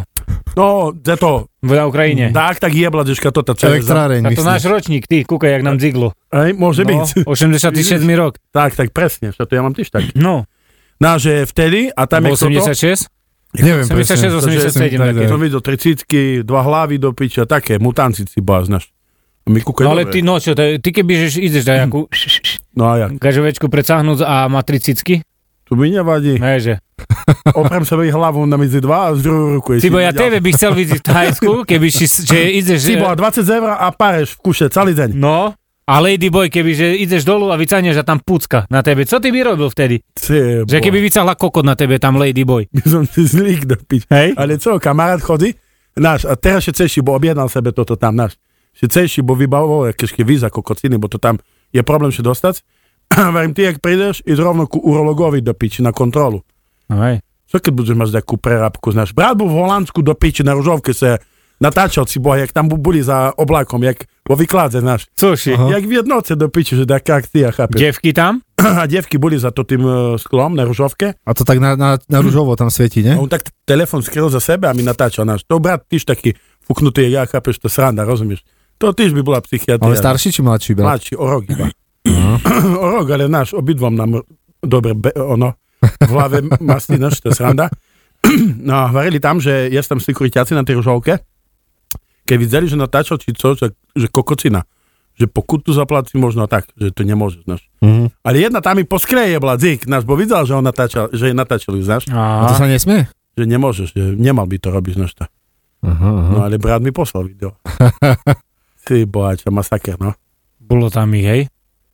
S4: No,
S3: no za to,
S4: na Ukrajine.
S3: tak, tak jebla, dežka to tá, čo je za-
S5: Elektráreň,
S4: A to náš
S5: myslíš.
S4: ročník, ty, kúkaj, jak nám dziglo.
S3: Hej, môže
S4: No,
S3: byť.
S4: 87 rok.
S3: Tak, tak presne, však to ja mám tiež tak.
S4: No,
S3: No, že vtedy, a
S4: tam
S3: tam je kto to,
S4: 86?
S5: Neviem
S4: 76,
S5: presne.
S4: 87,
S5: Tak,
S4: také.
S3: keď
S5: tak.
S3: som videl tricítky, dva hlavy do piča, také, mutanci si báznaš. A my kúkajú,
S4: No ale ty, no čo, to je- ty keby že ideš na nejakú
S3: No a jak,
S4: gažovečku precahnúť a má no, 30
S3: tu mi nevadí.
S4: Ne, že.
S3: Oprem sa jej hlavu na medzi dva a z druhou ruku.
S4: Cibo, ja tebe by chcel vidieť v Thajsku, keby si, že ideš...
S3: Si bola 20 eur a pareš v kuše celý deň.
S4: No, a ladyboy, keby že ideš dolu a vycáneš a tam pucka na tebe. Co ty by robil vtedy?
S3: Cibo.
S4: Že keby vycahla kokot na tebe tam ladyboy.
S3: by som si zlík do piča.
S4: Hej?
S3: Ale co, kamarát chodí, náš, a teraz še cejší, bo objednal sebe toto tam, náš. Še cejší, bo vybavoval jakiežke víza, kokociny, bo to tam je problém še dostať. Verím, ty, jak prídeš, ísť rovno ku urologovi do piči na kontrolu.
S4: No, hej.
S3: Co keď budeš mať takú prerábku, znáš? Brat bol v Holandsku do piči na Ružovke sa natáčal si boha, jak tam bu- boli za oblakom, jak vo vykládze, znáš?
S4: Coši,
S3: Jak v jednoce do piči, že taká akcia, chápeš?
S4: devky tam?
S3: A devky boli za to tým eh, sklom na Ružovke.
S5: A to tak na, na, na ružovo tam svieti, ne?
S3: A on tak t- telefon skryl za sebe a mi natáčal náš. To brat tiež taký fuknutý, jak ja chápeš, to sranda, rozumieš? To tiež by bola psychiatria.
S5: Ale starší či mladší brat?
S3: Mladší, o rok iba. o rok, ale náš, obidvom nám dobre, be, ono, v hlave masti náš, to je sranda. no a hovorili tam, že jest tam sekuritáci na tej ružovke, keď videli, že natáčal či co, že, že kokocina, že pokutu zaplatí možno tak, že to nemôže, znáš.
S5: Mhm.
S3: Ale jedna tam mi poskreje bola, dzik, náš, bo videl, že on natáčal, že je natáčali, znáš,
S5: A to
S4: Á,
S5: sa nesmie?
S3: že nemôžeš, že nemal by to robiť, znáš to.
S5: Aha, aha.
S3: No ale brat mi poslal video. Ty bohača, masaker, no.
S4: bolo tam ich, hej.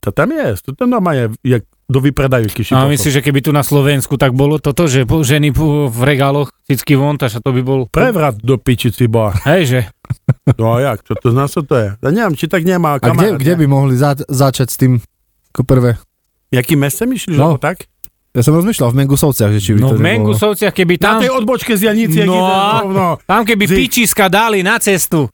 S3: To tam je, to tam normálne, jak do vypredajúky
S4: No, A myslím, že keby tu na Slovensku tak bolo toto, že po- ženy po- v regáloch vždycky von, takže to by bol...
S3: Prevrat do pičici boha.
S4: Hej, že?
S3: No a jak, čo to zná, čo to je? Ja neviem, či tak nemá
S5: A kde,
S3: kamarát.
S5: kde by mohli za, začať s tým ako prvé?
S3: Jaký mesce myšlíš,
S5: No.
S3: no. tak?
S5: Ja som rozmýšľal v Mengusovciach, že či by
S4: No v
S5: to nebolo-
S4: Mengusovciach, keby
S3: Na
S4: tam...
S3: tej odbočke z Janici,
S4: No.
S3: no. rovno,
S4: Tam keby
S3: Zik.
S4: pičiska dali na cestu.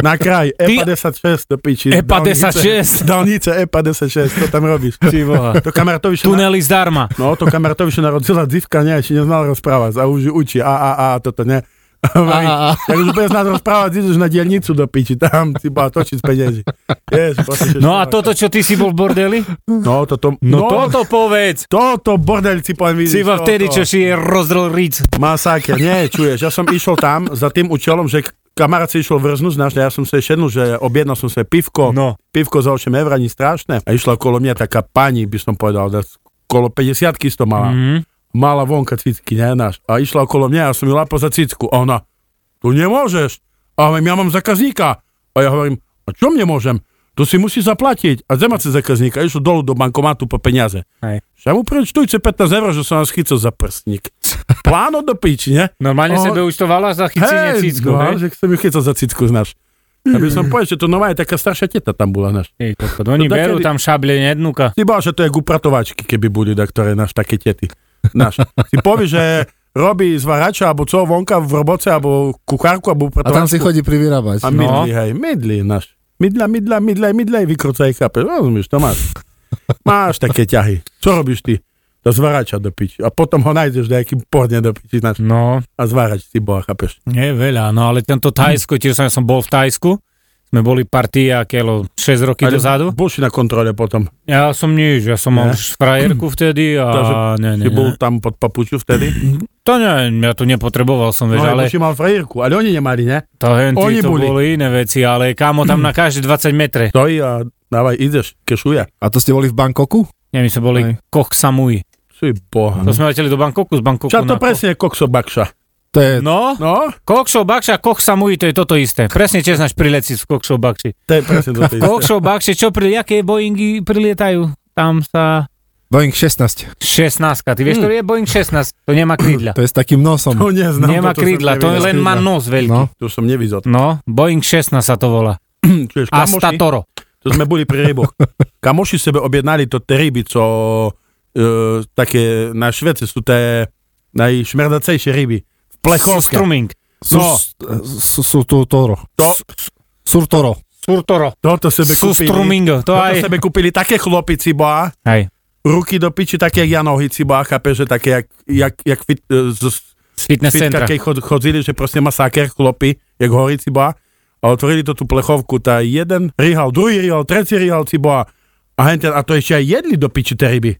S3: na kraj,
S4: Ty-
S3: E56 do piči.
S4: E56.
S3: Dálnice E56, to tam robíš.
S4: Ty boha.
S3: To kamarátovi še na...
S4: Tunely zdarma.
S3: No, to kamarátovi še narodzila dzivka, ne, ešte neznal rozprávať. A už ju učí, a, a, a, toto, ne.
S5: Á, á, á.
S3: Tak už bez nás rozprávať, ideš na dielnicu do piči, tam si bola točiť z peniazy. Yes, proste,
S4: No a toto, čo ty si bol v bordeli?
S3: No, toto...
S4: No, toto povedz.
S3: Toto bordel si poviem vidíš.
S4: Si iba vtedy,
S3: toto.
S4: čo si je rozdrel ric.
S3: Masáker, nie, čuješ, ja som išiel tam za tým účelom, že k- kamarát si išiel vrznúť, znaš, a ja som sa šednul, že objednal som sa pivko,
S4: No.
S3: pivko za 8 eur, ani strašné. A išla okolo mňa taká pani, by som povedal, da, kolo 50 to mala.
S4: Mhm.
S3: Mala vonka cicky, ne, náš. A išla okolo mňa, ja som ju lápal za cicku. A ona, tu nemôžeš, a ja mám zakazníka. A ja hovorím, a čo mne môžem? To si musí zaplatiť. A zema si zakazníka, išiel dolu do bankomatu po peniaze.
S4: Hej.
S3: Že mu prečtujte 15 eur, že som nás chytil za prstník. Pláno do piči, ne?
S4: Normálne
S3: O,
S4: sebe účtovala za chycenie cicku,
S3: no,
S4: hej?
S3: že som ju chytil za cicku, znáš. Aby som povedal, že to nová je taká staršia teta tam bola, náš.
S4: Ty kokot, Oni
S3: To
S4: berú
S3: takedy-
S4: tam šable nednuka.
S3: Ty bol, že to je gupratovačky, keby boli, da, ktoré náš také tety. Náš. Si povie, že robí zvarača, alebo co vonka v roboce, alebo kuchárku, alebo
S5: A tam si
S3: upratovačku.
S5: chodí privyrábať.
S3: A
S4: no.
S3: mydli, hej, mydli, náš. Mydla, mydla, mydla, mydla, vykrocaj, chápeš, rozumieš, to máš. Máš také ťahy. Čo robíš ty? To zvárača do piči. A potom ho nájdeš nejakým porne do piči znaš,
S4: No,
S3: a zvárač si boha, chápeš?
S4: nie veľa, no ale tento Tajsko, tiež som, ja som bol v Tajsku, sme boli partia kelo 6 rokov dozadu.
S3: Buši na kontrole potom.
S4: Ja som nič, ja som mal
S3: Ne?
S4: už frajerku vtedy
S3: Takže
S4: a ne, ne,
S3: Si bol
S4: ne.
S3: tam pod papuču vtedy?
S4: To ne, ja to nepotreboval som, vieš,
S3: No,
S4: ale
S3: ale... Buši mal frajerku, ale oni nemali, ne?
S4: to, hen,
S3: oni
S4: to
S3: boli.
S4: boli iné veci, ale kámo, tam na každé 20 metre.
S3: Stojí a dávaj, ideš, kešuje.
S5: A to ste boli v Bangkoku?
S4: Nie, my sme boli
S5: Hej.
S4: Koh Samui.
S3: Si boha.
S4: To sme leteli do Bangkoku, z Bangkoku
S3: Čo to
S4: na
S3: presne je kokso bakša?
S5: To je...
S4: Koh. No,
S3: No,
S4: Kokšov Bakša, Koh Samui, to je toto isté. Presne tiež náš prileci v Kokšov Bakši.
S3: to je presne to isté.
S4: Kokšov Bakše, čo pri, aké Boeingy prilietajú? Tam sa...
S5: Boeing
S4: 16,
S5: 16.
S4: ty vieš,
S3: Hmm.
S4: to je Boeing 16, to nemá krídla.
S5: To je s takým nosom.
S3: To No, neznám.
S4: Nemá
S3: toto som
S4: krídla, to je
S3: nevidel.
S4: len má nos veľký.
S5: No.
S3: To som nevidel.
S4: No, Boeing 16 sa to volá.
S3: Čuješ, kamoši?
S4: Astatoro.
S3: To sme boli pri ryboch. Kamoši sebe objednali to tie ryby, co e, také na Švece sú tie najšmerdacejšie ryby. V plechovke.
S4: Surstruming.
S5: Sú,
S3: No.
S5: sú, sú tu toro.
S3: To,
S5: Surtoro.
S4: Surtoro.
S3: toto sebe kúpili.
S4: Surstrumingo, to
S3: Toto
S4: aj...
S3: sebe kúpili také chlopy, ciboa.
S4: Hej,
S3: Ruky do piči, také jak ja nohy, ciboa, chápeš, že také jak, jak, jak fit, e, z, z
S4: z fitness centra.
S3: fitkarkej chod, chodzili, že proste masáker, chlopy, jak horí ciboa. A otvorili to tú plechovku, tá jeden rihal, druhý rihal, tretí rihal ciboa. A, henten, a to ešte aj jedli do piči tie ryby.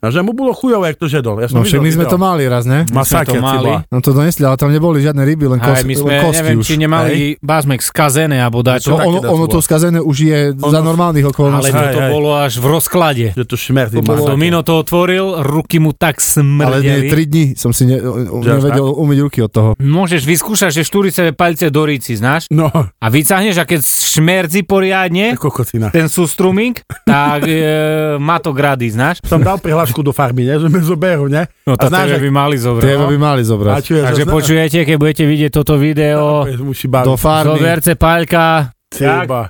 S3: A že mu bolo chujové, jak to žedol. Ja
S5: No
S3: som
S5: však
S3: videl
S5: my sme
S3: video.
S5: to mali raz, ne?
S4: My sme
S3: Masáker,
S4: to mali.
S3: ciboa.
S5: No to donesli, ale tam neboli žiadne ryby, len, kos,
S4: Aj my sme,
S5: len kosti
S4: neviem,
S5: už.
S4: či nemali bazmek skazené alebo
S5: No,
S4: dačo.
S3: také
S5: ono,
S3: dá
S5: ono
S3: zvôľ.
S5: to skazené už je za
S3: Ono-
S5: normálnych
S4: Ale
S5: okolností.
S3: Hej,
S4: toto
S3: hej.
S4: bolo až v rozklade.
S3: Že to šmerdí.
S4: To bolo... Domino to otvoril, ruky mu tak
S5: Ale nie,
S4: smrdeli.
S5: 3 dní som si ne, o- o-
S3: Že až
S5: nevedel umyť ruky od toho.
S4: Môžeš vyskúšať, že štúricové palce do ríci, znáš?
S3: No,
S4: A vycáhneš a keď šmerdzi poriadne,
S3: ako kocina.
S4: ten sústruming, tak e, má to grady, znáš?
S3: Som dal prihlášku do farmy, ne? že mi zoberú, ne?
S4: No
S3: A
S4: tak
S3: znáš,
S4: tebe
S3: ak-
S4: by mali zobrať.
S5: Tie by mali no.
S3: A
S5: zobrať.
S3: čo je,
S4: Takže
S3: že zna-
S4: počujete, keď budete vidieť toto video,
S3: Chápeš, Musí
S5: Do
S3: baviť.
S5: farmy.
S4: zoberte paľka,
S3: Ciba,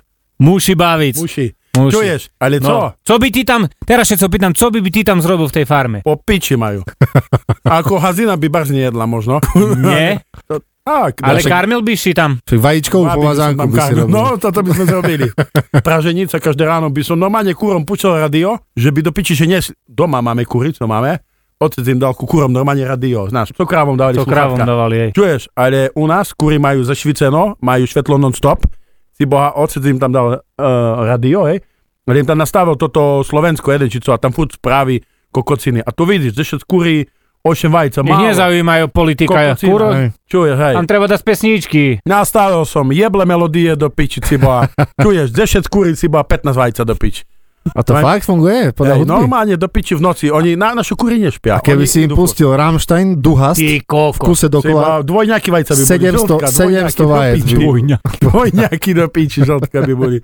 S4: muši baviť.
S3: muši.
S4: Muši.
S3: Čuješ? Ale
S4: No,
S3: co?
S4: co by ti tam, teraz všetko pýtam, co by, by ti tam zrobil v tej farme?
S3: Po piči majú. Ako hazina by baž nejedla možno.
S4: Nie,
S3: Tak,
S4: ale
S3: však-
S4: karmil by si tam.
S5: Však vajíčkovú
S3: Babi by som
S5: pomazánku
S3: tam
S5: by si
S3: karmil.
S5: robil.
S3: No, toto by sme zrobili. Praženica každé ráno by som normálne kúrom pučal radio, že by do piči, že dnes doma máme kuricu, máme. Otec im dal ku kúrom normálne radio, znáš, to krávom dávali
S4: To krávom
S3: sluchátka.
S4: dávali jej.
S3: Čuješ, ale u nás kury majú zašviceno, majú svetlo non-stop. Si boha, otec im tam dal uh, radio, hej. Ale im tam nastavil toto Slovensko jeden, či co, a tam furt správy kokociny. A tu vidíš, že šest kurí, 8 vajca,
S4: Ich
S3: málo.
S4: nezaujímajú politika.
S3: Kokocina,
S4: Kuro,
S5: hej.
S3: Čuješ, hej.
S4: tam treba dať pesničky.
S3: Nastavil som jeble melodie do piči ciba. Čuješ, 10 kúri ciba, 15 vajca do piči.
S5: A to
S3: Len-
S5: fakt funguje? Podľa
S3: Ej,
S5: hudby?
S3: normálne do piči v noci. Oni na našu kúri
S5: A
S3: nešpia.
S5: keby
S3: Oni
S5: si im
S3: idú-
S5: pustil Rammstein, Duhast,
S4: Ty
S5: v
S4: koko.
S5: kuse
S3: Ciba,
S5: dokola,
S3: dvojňaky vajca by boli.
S5: 700
S3: žltka, dvojňaky
S5: 700
S3: do
S5: vajec
S3: piči.
S5: by-
S3: Dvojňaky do piči žltka by boli.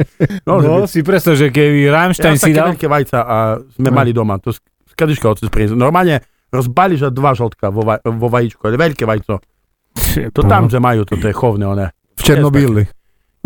S3: Môže
S4: No,
S3: byť.
S4: si predstav, že keby
S3: Ja
S4: Rammstein si
S3: také
S4: dal...
S3: veľké vajca a sme
S5: No.
S3: mali doma. To z z kadiška otec prinesol. Normálne rozbališ a dva žltka vo, vaj, vo vajíčku, ale veľké vajco. To
S4: No.
S5: Mhm.
S3: tam, že majú to, to je chovné, one.
S5: v Černobyli.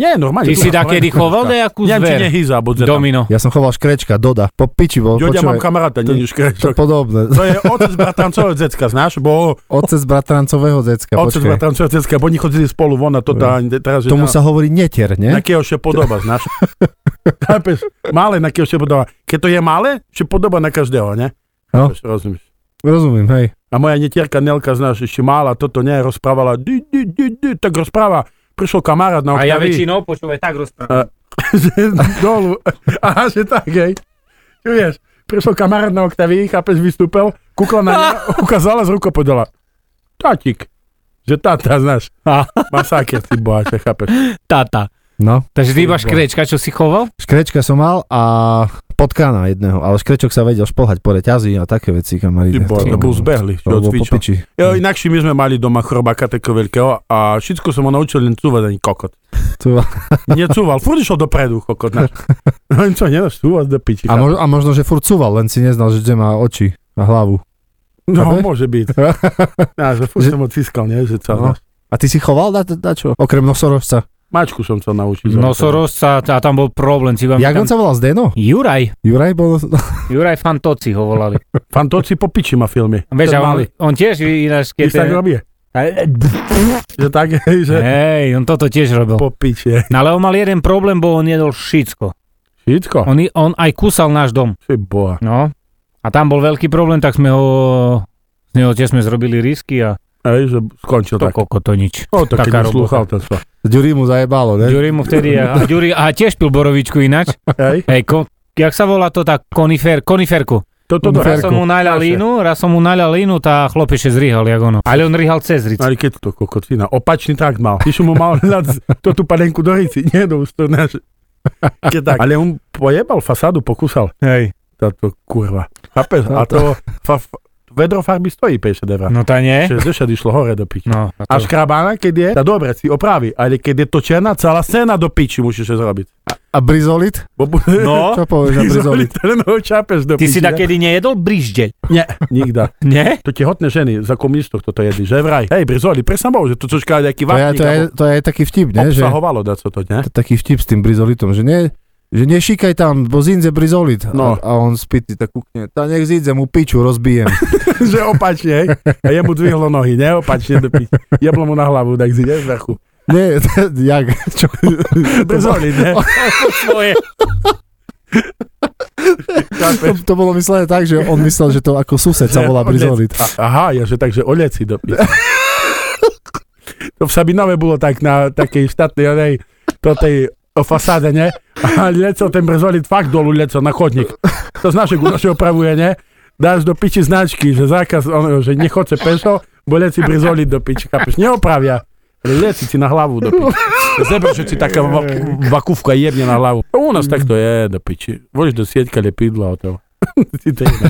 S3: Nie, normálne.
S4: Ty
S3: tu
S4: si
S3: máš
S4: da kedy
S3: vajíčko.
S4: choval nejakú
S3: Neviem, či
S4: zver?
S3: nehyza, budze tam.
S4: Domino.
S5: Ja som choval škrečka, Doda. Po piči bol,
S3: Ľudia
S5: počúvaj,
S3: mám kamaráta,
S5: to-
S3: nie už
S5: to
S3: krečok.
S5: podobné.
S3: To je otec bratrancového decka, znáš? Bo
S5: Otec bratrancového decka,
S3: otec
S5: počkaj.
S3: bratrancového decka, bo oni chodili spolu von a toto a teraz...
S5: Tomu
S3: je
S5: sa hovorí netier,
S3: na,
S5: ne?
S3: na keho še podoba, znáš? Chápeš? Malé na keho še podoba. Keď to je malé, še podoba na každého, ne?
S5: No.
S3: Chápeš, Rozumíš?
S5: Rozumiem, hej.
S3: A moja netierka Nelka, znáš, ešte mála, toto nie, rozprávala, di, di, di, di, tak rozpráva. Prišiel kamarát na
S4: A ja
S3: oktavy.
S4: väčšinou, počúvaj, tak rozprávam.
S3: že dolu. Aha, že tak, hej. Čuješ, prišiel kamarát na Octavii, chápeš, vystúpil, kúkla na mňa, ukázala z rukou, povedala, tátik, že táta, znáš,
S4: A.
S3: masáker, ty boháče, chápeš.
S4: Tata.
S5: No.
S4: Takže ty iba škrečka, čo si choval?
S5: Škrečka som mal a potkana jedného, ale škrečok sa vedel šplhať po reťazi a také veci,
S3: Ty
S5: kamaríde.
S3: boháče, to bol zbehli,
S5: To bolo po piči.
S3: Jo, inakšie my sme mali doma chrobáka takého veľkého a všetko som ho naučil len cúvať ani kokot.
S5: Tu-
S3: Necúval, furt išiel dopredu kokot, znáš. No im čo, nedáš cúvať do piči.
S5: A,
S3: chápeš?
S5: mož, a možno, že furt cúval, len si neznal, že kde má oči a hlavu.
S3: No,
S5: Chápeš?
S3: môže byť. Ja, že furt
S5: Že-
S3: som ho cískal, nie, že čo,
S5: No.
S3: no.
S5: A ty si choval da, da čo? Okrem nosorožca.
S3: Mačku som sa naučil.
S4: Nosorozca, a tam bol problém. Si vám
S5: Jak on
S4: tam...
S5: sa volal? Zdeno?
S4: Juraj.
S5: Juraj bol...
S4: Juraj Fantoci ho volali.
S3: Fantoci po piči má filmy.
S4: Vieš, a
S3: Ten
S4: on,
S3: malý.
S4: on tiež ináč,
S3: Víš, tak
S4: keď...
S3: robí? Že tak, hej, že
S4: Hej, on toto tiež robil.
S3: po piče.
S4: No ale on mal jeden problém, bo on jedol všetko.
S3: Všetko?
S4: On, i- on aj kúsal náš dom.
S3: Ty boha.
S4: No. A tam bol veľký problém, tak sme ho... Z neho tiež sme zrobili risky a
S3: Ej, že skončil
S4: to
S3: tak.
S4: koko to nič.
S3: O, tak
S4: taká
S3: keď
S4: robota.
S3: slúchal ten svoj.
S5: Ďurí mu zajebalo, ne?
S4: Ďuri mu vtedy... A, a, Ďuri, a tiež pil borovičku ináč.
S3: Hej,
S4: Hej, ko, jak sa volá to tá konifer, koniferku?
S3: toto to.
S4: Raz No, som mu naľal
S3: Jasne.
S4: inu, raz som mu naľal inu, tá chlopíš zrihal, jak ono. Ale on rihal cez ricu.
S3: Ale keď to kokotina, opačný tak mal. Když mu mal dať to tú panenku do rici, nie, no už to náš. Keď tak. Ale on pojebal fasádu, pokúsal. Hej. Táto kurva. Chápeš? A to fa, fa- vedro farby stojí 50 eur.
S4: No tá nie.
S3: 60 išlo hore do piči.
S4: No, a
S3: A
S4: to,
S3: škrabána, keď je, tá dobre, si opraví, ale keď je to černá, celá scéna do piči musíš zrobiť.
S5: A brizolit?
S3: Bobu,
S4: no,
S5: Čo povieš na
S3: Izoli,
S5: brizolit?
S3: ten ho čápeš do
S4: ty si
S3: piči, ne?
S4: takedy nejedol bríždeň.
S3: Nie, nikda.
S4: Nie?
S3: To tehotné ženy za komunistov toto jedli, že vraj. Hej, brizoli, presne bol, že to čo škáľa nejaký
S5: To je,
S3: vápnik,
S5: to, je,
S3: alebo
S5: to je taký vtip, ne? Že,
S3: obsahovalo dá sa to, ne?
S5: to je taký vtip s tým brizolitom, že nie, že nešíkaj tam, bo zinze brizolit.
S3: No.
S5: A, a on spýti, tak kúkne, tá nech zídze mu piču, rozbijem.
S3: že opačne, hej. A jemu dvihlo nohy, ne? Opačne do piči. Jeblo mu na hlavu, tak si, ne? Z vrchu.
S5: nie, to- jak, čo?
S3: Brizoli, ne?
S4: Svoje.
S5: To, to bolo myslené tak, že on myslel, že to ako sused sa volá brizolit.
S3: A- Aha, ja, že takže oleci do piči. To v Sabinove bolo tak na takej štátnej, onej, to tej o fasáde, ne? A leco ten brzolit fakt dolu leco na chodník. To znaš, že Gunoš opravuje, ne? Dáš do piči značky, že zákaz, on, že nechodce pešo, bo leci brzolit do piči, chápeš? Neopravia. Leci si na hlavu do piči. Zebra, že si taká va- vakúvka jebne na hlavu. U nás takto je do piči. Voľš do sieťka lepidla o toho. Si to jedno.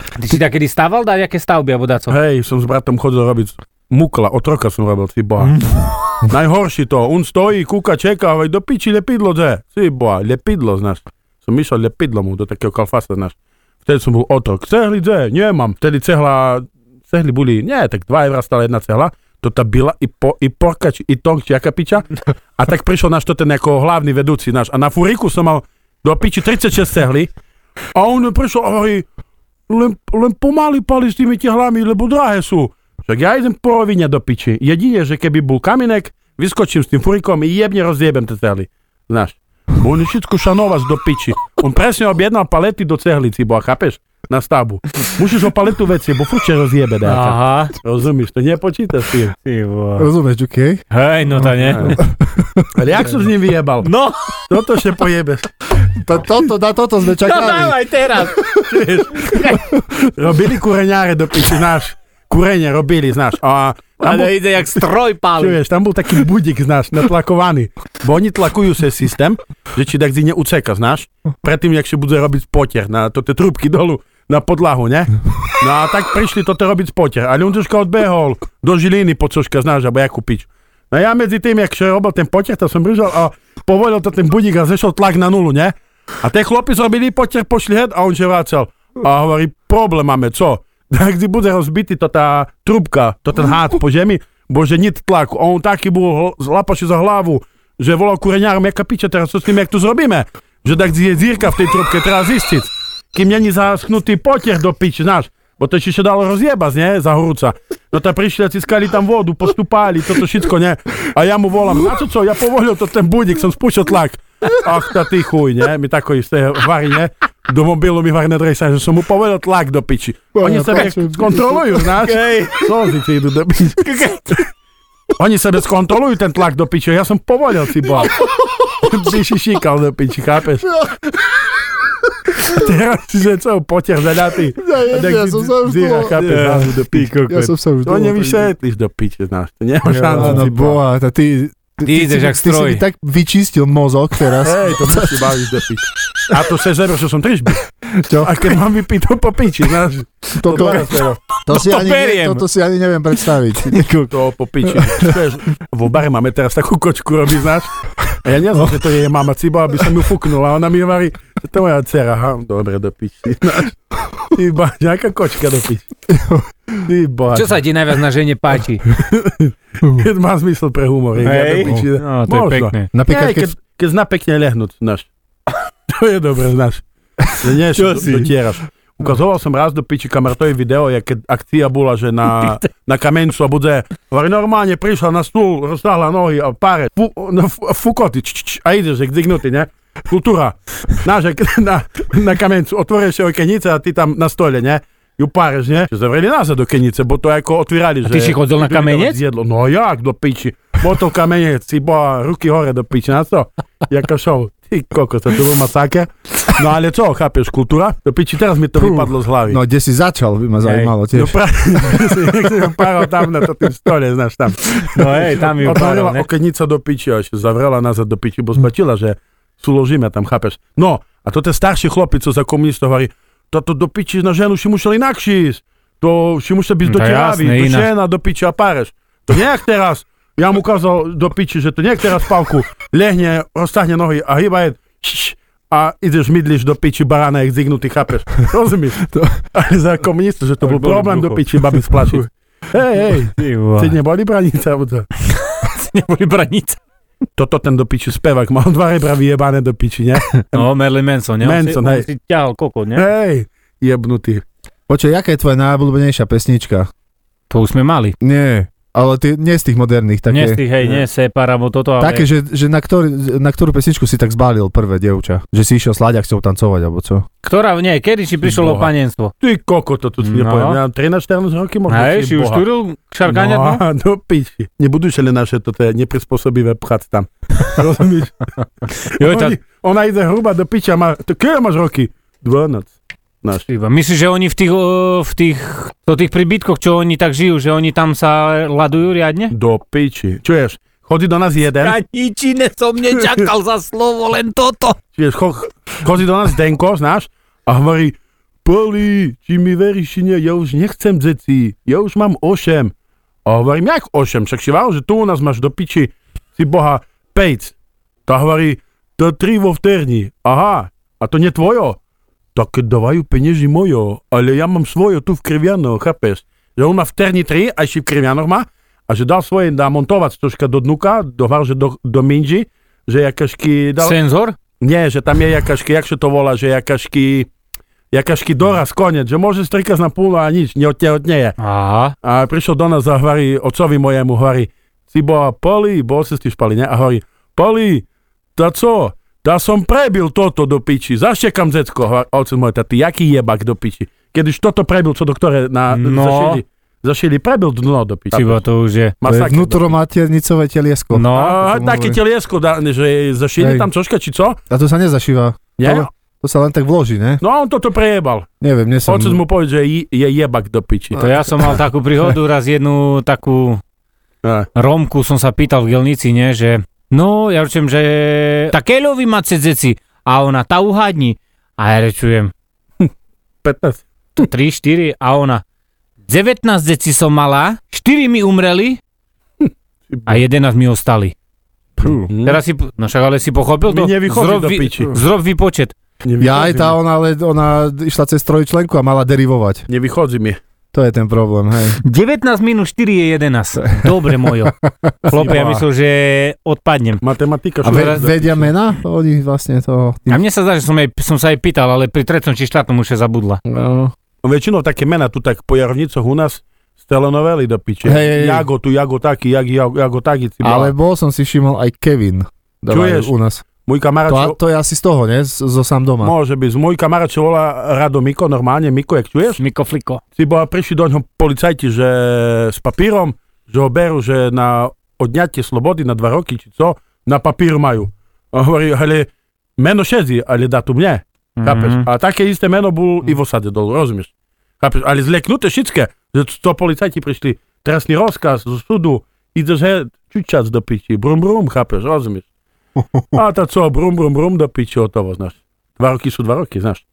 S4: Ty si takedy stával dať aké stavby alebo daco?
S3: Hej, som s bratom chodil robiť mukla, otroka som robil, si boha. Najhorší to, on stojí, kúka, čeká, hovorí, do piči lepidlo, že? Si boha, lepidlo, znaš. Som išiel lepidlo mu do takého kalfasa, znaš. Vtedy som bol otrok. Cehli, že? Nemám. Vtedy cehla, cehli boli, nie, tak 2 eurá stala jedna cehla. To tá byla i, po, i porkač, i tonk, či jaká piča. A tak prišiel náš to ten ako hlavný vedúci náš. A na furiku som mal do piči 36 cehly. A on prišiel a hovorí, len, len pomaly pali s tými tehlami, lebo drahé sú. Však ja idem po rovine do piči. Jedine, že keby bol kaminek, vyskočím s tým furikom i jebne rozjebem te cehly. Znáš. Bo on je všetko šanovať do piči. On presne objednal palety do cehlici, bo chápeš? Na stavbu. Musíš o paletu veci, bo furt sa rozjebe dáka.
S4: Aha.
S3: Rozumíš, to nepočítaš s tým.
S4: Ty vole.
S5: Rozumieš, OK?
S4: Hej, no tá nie.
S3: Ale jak som s ním vyjebal?
S4: No,
S3: Toto še pojebe.
S5: To, toto, na toto sme
S4: to
S5: čakali.
S4: no, dávaj teraz.
S3: Robili kureňáre do piči, znáš. Kurene robili, znáš. A tam bol-
S4: Ale ide jak stroj pálí.
S3: Čuješ, tam bol taký budík, znáš, natlakovaný. Bo oni tlakujú se systém, že či tak zine uceka, znáš? Predtým, jak si bude robiť potier na to tie trubky dolu na podlahu, ne? No a tak prišli toto robiť potier. Ale on troška odbehol do žiliny pocoška, znáš, alebo jakú pič. No ja medzi tým, jak še robil ten potier, to som bržal a povolil to ten budík a zešiel tlak na nulu, ne? A tie chlopi zrobili potier, pošli hed a on že vracal. A hovorí, problém máme, co? Tak si bude rozbitý to tá trubka, to ten hád po zemi, bože nit tlaku. A on taký bol hl- zlapaši za hlavu, že volal kureňárom, jaká piča teraz, co s tým, jak to zrobíme? Že tak je zírka v tej trubke, treba zistiť. Kým není zaschnutý potier do piči, znáš? Bo to ešte dalo rozjebať, nie? Za horúca. No tá prišli a ciskali tam vodu, postupali, toto všetko, nie? A ja mu volám, na čo co, ja povolil to ten budík, som spúšťal tlak. Ach, tá ty chuj, nie? Mi tako isté varí, nie? Do mobilu mi varí nedrejsa, že som mu povedal tlak do piči. Oni sa mi skontrolujú, znáš? Slzy ti idú do piči. Oni sebe skontrolujú ten tlak do piče, ja som povolil si boha. Ty si šikal do piči, chápeš?
S5: No.
S3: Teraz si že co, potier zadatý.
S5: Ja, ja, ja som sa už
S3: Zíra,
S5: dlho-
S3: chápeš, hlavu do piči.
S5: Ja som sa už
S3: To
S5: dlho-
S3: nevyšetlíš do piče, znáš, to nemá šancu.
S5: Áno,
S3: ty boha.
S5: no, boha, tá ty...
S4: Ty ideš jak
S5: Ty si
S4: stroj.
S5: mi tak vyčistil mozog teraz.
S3: Hej, to musí baviť do piči. A to se zero, že som trižby.
S5: Čo?
S3: A keď mám vypiť to po piči, znáš,
S5: To, to,
S3: dvaja zero.
S5: to, si
S4: to
S5: ani,
S4: beriem.
S5: toto si ani neviem predstaviť.
S3: To po piči. To je- Vo bare máme teraz takú kočku robí, znáš? A ja neznám, že to je jej mama Ciba, aby som ju fuknul. A ona mi hovorí, že to je moja dcera. Ha, dobre, do piči. Znáš? Ty boha, nejaká kočka do piči. Ty boha,
S4: Čo sa ti najviac na žene páči?
S3: keď má zmysel pre humor. ja do piči.
S4: No, to je
S3: Možno.
S4: pekné.
S5: Napríklad,
S3: Hej, keď, keď zna pekne lehnúť, znáš. To je dobre, znáš. Že nie,
S4: Čo
S3: čo
S4: si?
S3: si? Dotieraš. Ukazoval som raz do piči kamartovi video, jak keď akcia bola, že na, na kamencu a bude, hovorí, normálne prišla na stôl, roztáhla nohy a páre, fu, no, fu, fukoty, č, č, č, a ideš, jak dignutý, ne? kultura. Naše, na, na kamencu otvoreš joj kenice a ti tam na stole, ne? Ju pareš, ne? Zavreli nazad do kenice, bo to jako otvirali.
S4: A ty si hodil na kamenec?
S3: Jedlo. No jak do piči. Botol kamenec, si bo ruky hore do piči, na to? Jaka šov. Ty koľko sa tu bol masaker. No ale co, chápeš, kultúra? Do piči, teraz mi to vypadlo z hlavy.
S5: No, kde si začal, by ma zaujímalo
S3: No
S5: tiež.
S3: pra- som páral tam na to tým stole, znáš tam.
S4: No hej, tam ju páral,
S3: Otvorila
S4: ne?
S3: okennica do piči, až zavrela nazad do piči, bo zbatila, že sú ložíme tam, chápeš. No, a to ten starší chlopec, co za komunistov hovorí, toto do piči na ženu si musel inakšie ísť. To si musel byť
S4: No,
S3: do
S4: to je
S3: trávy,
S4: jasné,
S3: do
S4: inak.
S3: žena, do piči a páreš. To nie jak teraz. Ja mu ukázal do piči, že to nie jak teraz pavku. Lehne, roztahne nohy a hýba je. šš, A ideš, mydliš do piči barana, jak zignutý, chápeš. Rozumieš? to, ale za komunistu, že to bol
S6: boli
S3: problém do
S6: duchov.
S3: piči babi splašiť. Hej, hej,
S4: Ty vole.
S3: ty neboli branice? alebo čo?
S4: neboli braniť.
S3: Toto ten do piči spevák mal dva rebra vyjebané do piči, ne?
S4: No, Merlin Manson, ne? On si-
S3: Manson,
S4: on
S3: hej.
S4: Si ťahal kokot, ne?
S3: Hej, jebnutý.
S5: Počkaj, jaká je tvoja najobľúbenejšia pesnička?
S4: To už sme mali.
S5: Nie, ale ty, nie z tých moderných. Také,
S4: Nie z tých, hej, nie separamo toto, ale...
S5: také že, že na, ktorý, na ktorú pesničku si tak zbalil prvé, dievča? Že si išiel s Láďak s ňou tancovať, alebo čo?
S4: Ktorá, nie, kedy si prišlo
S3: Boha.
S4: panenstvo?
S3: Ty koko, to tu si
S4: No.
S3: nepoviem. Ja mám 13-14 roky možno.
S4: Hej, si už
S3: boha.
S4: turil šarkáňa dnu?
S3: No, do piči. Nebudú šele naše toto neprispôsobivé pchať tam. Rozumíš?
S4: Jo, tá-
S3: Oni- Ona ide hruba do piča, má, to keď máš roky? 12. Náš.
S4: Iba. Myslíš, že oni v tých, o, v tých, do tých pribytkoch, čo oni tak žijú, že oni tam sa ladujú riadne?
S3: Do piči. Čuješ, chodí do nás jeden.
S4: nič iné som nečakal za slovo, len toto.
S3: Čiže cho- chodí do nás Denko, znáš, a hovorí, Poli, či mi veríš, či nie, ja už nechcem deti, ja už mám 8. A hovorím, jak 8? Však si vál, že tu u nás máš do piči, si boha, 5. Ta hovorí, to 3 vo vterni. Aha, a to nie tvojo. Tak dávajú penieži mojo, ale ja mám svojo tu v Krivianoch, chápeš? Že on má v Terni 3, a ešte v Krivianoch má, a že dal svoje namontovať troška do dnuka, do, že do, do Minži, že jakašky dal...
S4: Senzor?
S3: Nie, že tam je jakašky, jak sa to volá, že jakašky, jakašky doraz, konec, že môže strikať na púlu a nič, neotehotneje.
S4: Aha.
S3: A prišiel do nás a hovorí, ocovi mojemu, hovorí, si bola poli, bol si ste špali, ne? A hovorí, poli, ta co? Ta som prebil toto do piči, zaštekam zecko. Hovorí, Otec môj, ta ty jaký jebak do piči? Kedyž toto prebil, co doktore na,
S4: No.
S3: zašili, zašili, prebil dno do piči.
S4: Čiba to už je.
S5: To je
S3: Masaker do
S5: vnútromaternicové teliesko.
S3: piči.
S4: No,
S3: A,
S5: to mu
S3: taký
S5: hovorí.
S3: teliesko, da- že zašili
S5: Hej.
S3: tam troška, či co?
S5: A to sa nezašíva.
S3: Nie?
S5: To, to sa len tak vloží, ne?
S3: No a on toto prejebal.
S5: Neviem, nie som...
S3: Otec mu povedal, že je- je jebak do piči.
S5: No,
S4: to ja som mal takú príhodu, raz jednu takú
S3: A.
S4: Romku som sa pýtal v gelnici, nie, že no, ja rečujem, že takéľovi máte dzeci a ona, tá uhádni. A ja rečujem,
S3: 15.
S4: 3, 4 a ona, 19 dzeci som mala, 4 mi umreli a 11 mi ostali.
S3: Hm.
S4: Teraz si, po- no však ale si pochopil to?
S3: Mi nevychodí
S4: zrob,
S3: do piči.
S4: zrob výpočet.
S3: Nevychodzi
S5: Ja aj tá
S3: mi.
S5: ona, ale ona išla cez trojčlenku a mala derivovať.
S3: Nevychodzi mi.
S5: To je ten problém, hej.
S4: 19 minus 4 je 11. Dobre mojo. Chlop, ja myslel, že odpadnem.
S3: Matematika.
S5: A
S3: šlo-
S5: ve, vedia mena? Oni vlastne to...
S4: A mne sa zdá, že som, aj, som sa aj pýtal, ale pri tretom či štátnom už je zabudla.
S5: No.
S3: Väčšinou také mená tu tak po jarovnicoch u nás z telenovely do piče.
S5: Hej, hej, hej.
S3: Jago tu, Jago taký, jag, jag, Jago taký. Cibala.
S5: Ale bol som si všimol aj Kevin. Dávajú
S3: Čuješ?
S5: u nás.
S3: Môj kamarát,
S5: To,
S3: to,
S5: a- to je asi z toho, ne? Z, zo sám doma.
S3: môže byť, môj kamarát sa volá Rado Miko, normálne Miko, jak čuješ?
S4: Miko Fliko.
S3: Si bola, prišli do ňoho policajti, že s papírom, že ho berú, že na odňatie slobody na dva roky, či co, na papír majú. A hovorí, ale meno šedzi, ale dá tu mne. Chápeš?
S4: Mhm.
S3: A také isté meno bol i v osade dolu, rozumieš? Chápeš? Ale zleknuté všetké, že to policajti prišli, trestný rozkaz z súdu, ideš he, čučac do piči, brum brum, chápeš, rozumieš? A tá co, brum brum brum do piči, hotovo, znáš. Dva roky sú dva roky, znáš.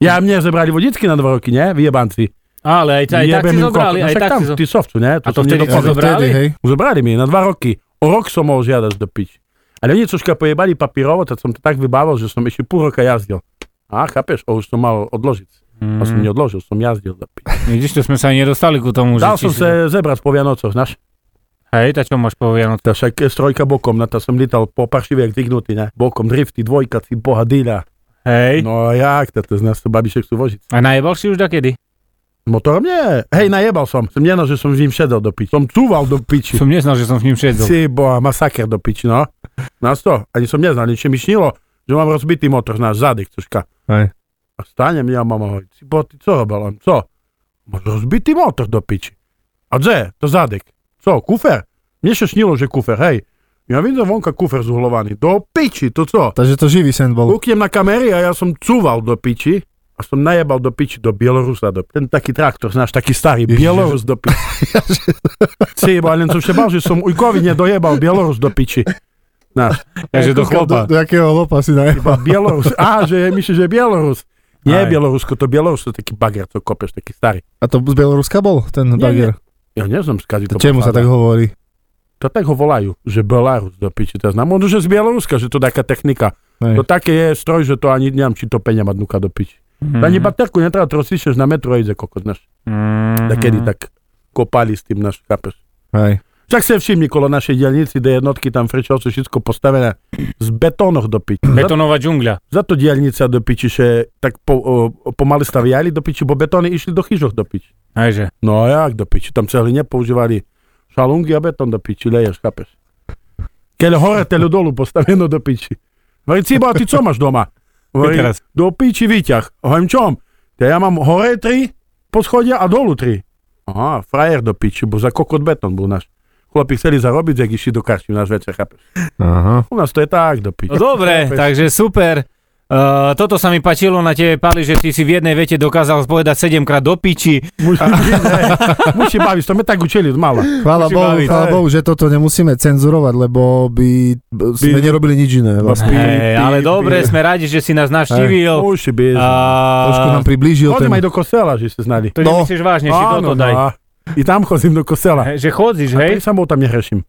S3: Ja mne zebrali vodičky na dva roky, ne? Vyjebanci.
S4: Ale aj, aj tak
S3: Jebem
S4: si
S3: im
S4: zobrali,
S3: kokot. No
S4: aj
S3: však
S4: tak
S3: tam,
S4: si zobrali.
S3: Ty softu, ne?
S4: A to
S3: som
S4: vtedy
S3: nedopadol.
S4: si
S5: Vtedy,
S4: zobrali?
S5: hej.
S3: Zobrali mi na dva roky. O rok som mohol žiadať do piči. Ale oni troška pojebali papírovo, tak som to tak vybával, že som ešte pol roka jazdil. A chápeš, o, už som mal odložiť.
S4: Mhm.
S3: A som neodložil, som jazdil do piči.
S4: Vidíš, to sme sa ani nedostali ku tomu. že
S3: Dal
S4: či
S3: som
S4: si-
S3: sa zebrať po Vianococh, znaš?
S4: Hej, tá čo máš po Vianoc?
S3: Ta však je strojka bokom, na to som lítal po paršiviek zignutý, ne? Bokom drifty, dvojka, si boha dýľa.
S4: Hej.
S3: No a jak, to z nás to babišek sú vožiť.
S4: A najebal si už dakedy?
S3: Motorom nie. Hej, najebal som. Som nenal, že som s ním šedel do piči. Som cúval do piči.
S4: Som neznal, že som s ním šedol.
S3: Si boha, masaker do piči, no. Nás to, ani som neznal, nič mi šnilo, že mám rozbitý motor na zadek, troška.
S5: Hej.
S3: A stanem ja, mama hovorí, "Ty, bo ty co robil? Co? Máš rozbitý motor do piči. A gdzie? To zadek. Co, kufer? Mnie się śniło, że kufer, hej. Ja widzę wonka kufer zuhlowany. Do piči, to co?
S5: Takže to živý sen bol.
S3: Kuknem na kamery a ja som cúval do piči a som najebal do piči do Bielorusa. Do... Ten taký traktor, znáš, taký starý, Bielorus do piči. Sejebal, len som sa bal, že som Ujkovi nedojebal Bielorus do piči. Znáš,
S4: Takže do
S5: Do,
S4: chlopa.
S5: do jakého lopa si najebal?
S3: iba Bielorus. Á, že myslíš, že je Bielorus.
S5: Aj.
S3: Nie je Bielorusko, to Bielorus je taký bager, to kopeš, taký starý.
S5: A to z Bieloruska bol, ten bager?
S3: Ja neznám, skadi to
S5: Čemu sa tak
S3: pochádza.
S5: hovorí?
S3: To tak ho volajú, že Belarus do piči. To znam, ono, že z Bieloruska, že to taká technika.
S5: Hej.
S3: To také je stroj, že to ani dňam, či to peňa madnuka do piči. Mm-hmm. Ani baterku netreba trosiť, že na metro ide kokot, znaš.
S4: Mhm.
S3: Mm-hmm. Takedy tak kopali s tým, náš, chápeš.
S5: Hej.
S3: Však se všimni, kolo našej dielnici, kde jednotky tam frčovce, všetko postavené z betónoch do piči. Za,
S4: Betonová džungľa.
S3: za to dielnica do piči, že tak po, o, pomaly staviali do piči, bo betóny išli do chyžoch do piči.
S4: Hejže.
S3: No a jak do piči, tam cehline používali šalungy a betón do piči, leješ, chápeš. Keď hore telu dolu postaveno do piči. Hovorí, Ciba, a ty co máš doma? Hovorí,
S4: teraz?
S3: do piči výťah. Hovorím, čom? To ja mám hore tri poschodia a dolu tri. Aha, frajer do piči, bo za kokot betón bol náš. Chlapi chceli zarobiť, jak išli do karčí náš večer, chápeš.
S5: Aha.
S3: U nás to je tak do piči.
S4: No dobre,
S3: Chápeš?
S4: takže super. Uh, toto sa mi páčilo na tebe, Pali, že ty si v jednej vete dokázal povedať 7 krát do piči.
S3: Musí, ne, musí baviť, to my tak učili od mala.
S5: Chvála
S3: Musí
S5: Bohu,
S3: baviť,
S5: chvála
S3: hej.
S5: Bohu, že toto nemusíme cenzurovať, lebo by b- sme
S3: By-
S5: nerobili nič iné. Vlastne.
S3: Pi,
S4: Hej,
S3: pi,
S4: ale
S3: pi.
S4: dobre, sme radi, že si nás navštívil.
S3: Musí byť.
S5: Trošku
S4: A,
S5: nám priblížil ten...
S3: Chodím aj do kostela, že ste znali.
S4: to
S5: No.
S4: nemyslíš vážne, si toto daj.
S3: no. I tam chodím do kostela.
S4: Hej, Že chodíš, hej?
S3: Hej. Samo tam nehreším.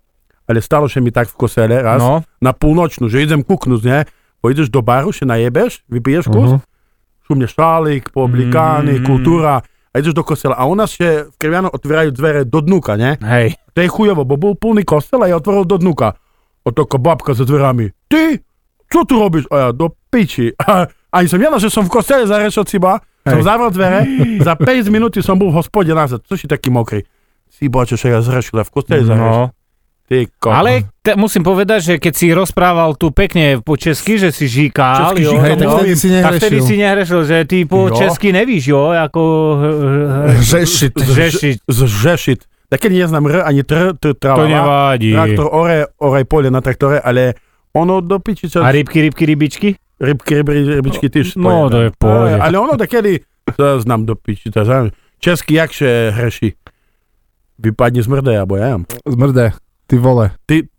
S3: Ale stalo się mi tak v kosele raz,
S4: No,
S3: na północnu, że idę kuknąć, nie? Pojedziesz do baru, się najebesz, wypijesz kus, uh-huh. szumnie szalik, pooblikany,
S4: Mhm. Mm.
S3: kultura, a jedziesz do kostela. A u nas się w Krewiano otwierają drzwi do dnuka, nie?
S4: hej.
S3: To jest chujowo, bo był pełny kostel, a ja otworzył do dnuka. Oto taka babka ze drzwiami. Ty, co tu robisz? A ja, do pici. A oni są, ja no, że są w kostele za rzecz od Siba. Są
S4: Hej.
S3: zabrał drzwi, za 5 minut i są był w hospodzie nazad. Co się taki mokry? Siba, czy się ja zresztą, w kostele za rzecz.
S4: No.
S3: Ty, ko.
S4: Ale te, musím povedať, že keď si rozprával tu pekne po česky, že si žíkal,
S3: Česky
S4: jo,
S3: žíkal,
S5: Hej, tak
S3: No,
S5: vtedy si
S4: tak vtedy
S5: nehrešil.
S4: si nehrešil, že ty po
S3: Jo.
S4: česky nevíš, jo, ako eh,
S5: Řešiť.
S4: eh, řešiť.
S3: Z Rzeszit. Takie nie znam r ani tr,
S4: To
S3: tr, tralala.
S4: nevadí.
S3: Traktor ore, oraj pole na traktore, ale ono do
S4: A
S3: pici czas.
S4: rybky, rybky, rybičky?
S3: Rybki, ryby, rybiczki też.
S4: No,
S3: pojada.
S4: to je v pohode.
S3: Eh, Ale- Ale ono takiedy, to znam do pici, to znam. Czeski jak się hreši? Vypadni z mrdeja, bo ja jem.
S5: Zmrde. Ty vole.
S4: Ty,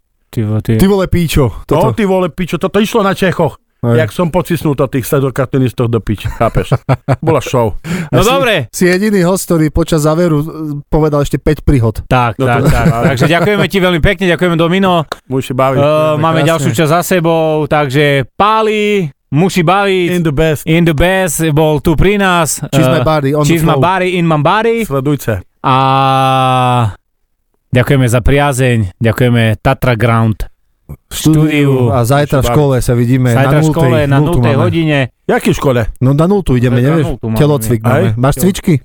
S4: vo- ty.
S5: Ty vole píčo.
S3: To
S4: No,
S5: Toto. No,
S3: ty vole pičo, to, to išlo na Čechoch.
S4: Eh.
S5: Hej.
S3: Jak som pocisnul to tých sledokartonistov do piči, chápeš? Bola show.
S4: No
S5: asi-
S4: dobre.
S5: Si jediný host, ktorý počas záveru eh, povedal ešte 5 príhod.
S4: Tak,
S3: No
S4: tak,
S3: to-
S4: tak. Takže ďakujeme ti veľmi pekne, ďakujeme Domino.
S3: Musí baviť.
S4: Uh, máme
S5: krásne.
S4: ďalšiu časť za sebou, takže Pali, muši baviť.
S3: In the best.
S4: In the best bol tu pri nás.
S5: Či sme body, on
S4: Eh, Či
S5: the
S4: sme
S5: flow.
S4: body, in my body.
S3: Sledujte.
S4: A ďakujeme za priazeň, ďakujeme Tatra Ground.
S5: V štúdiu. A zajtra v škole sa vidíme.
S4: Sajtra
S5: na
S4: v
S5: nultej,
S4: škole na
S5: nultu
S4: 0.
S5: máme.
S4: hodine.
S3: Jaký škole?
S5: No na nultu ideme,
S4: Na
S5: nevieš?
S4: nultu máme.
S5: Telocvik
S3: Aj?
S5: máme. Máš cvičky?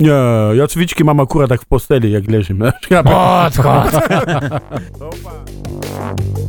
S3: Nie, ja cvičky mám akurát tak v posteli, jak ležím. Chápeš?
S4: Odchod.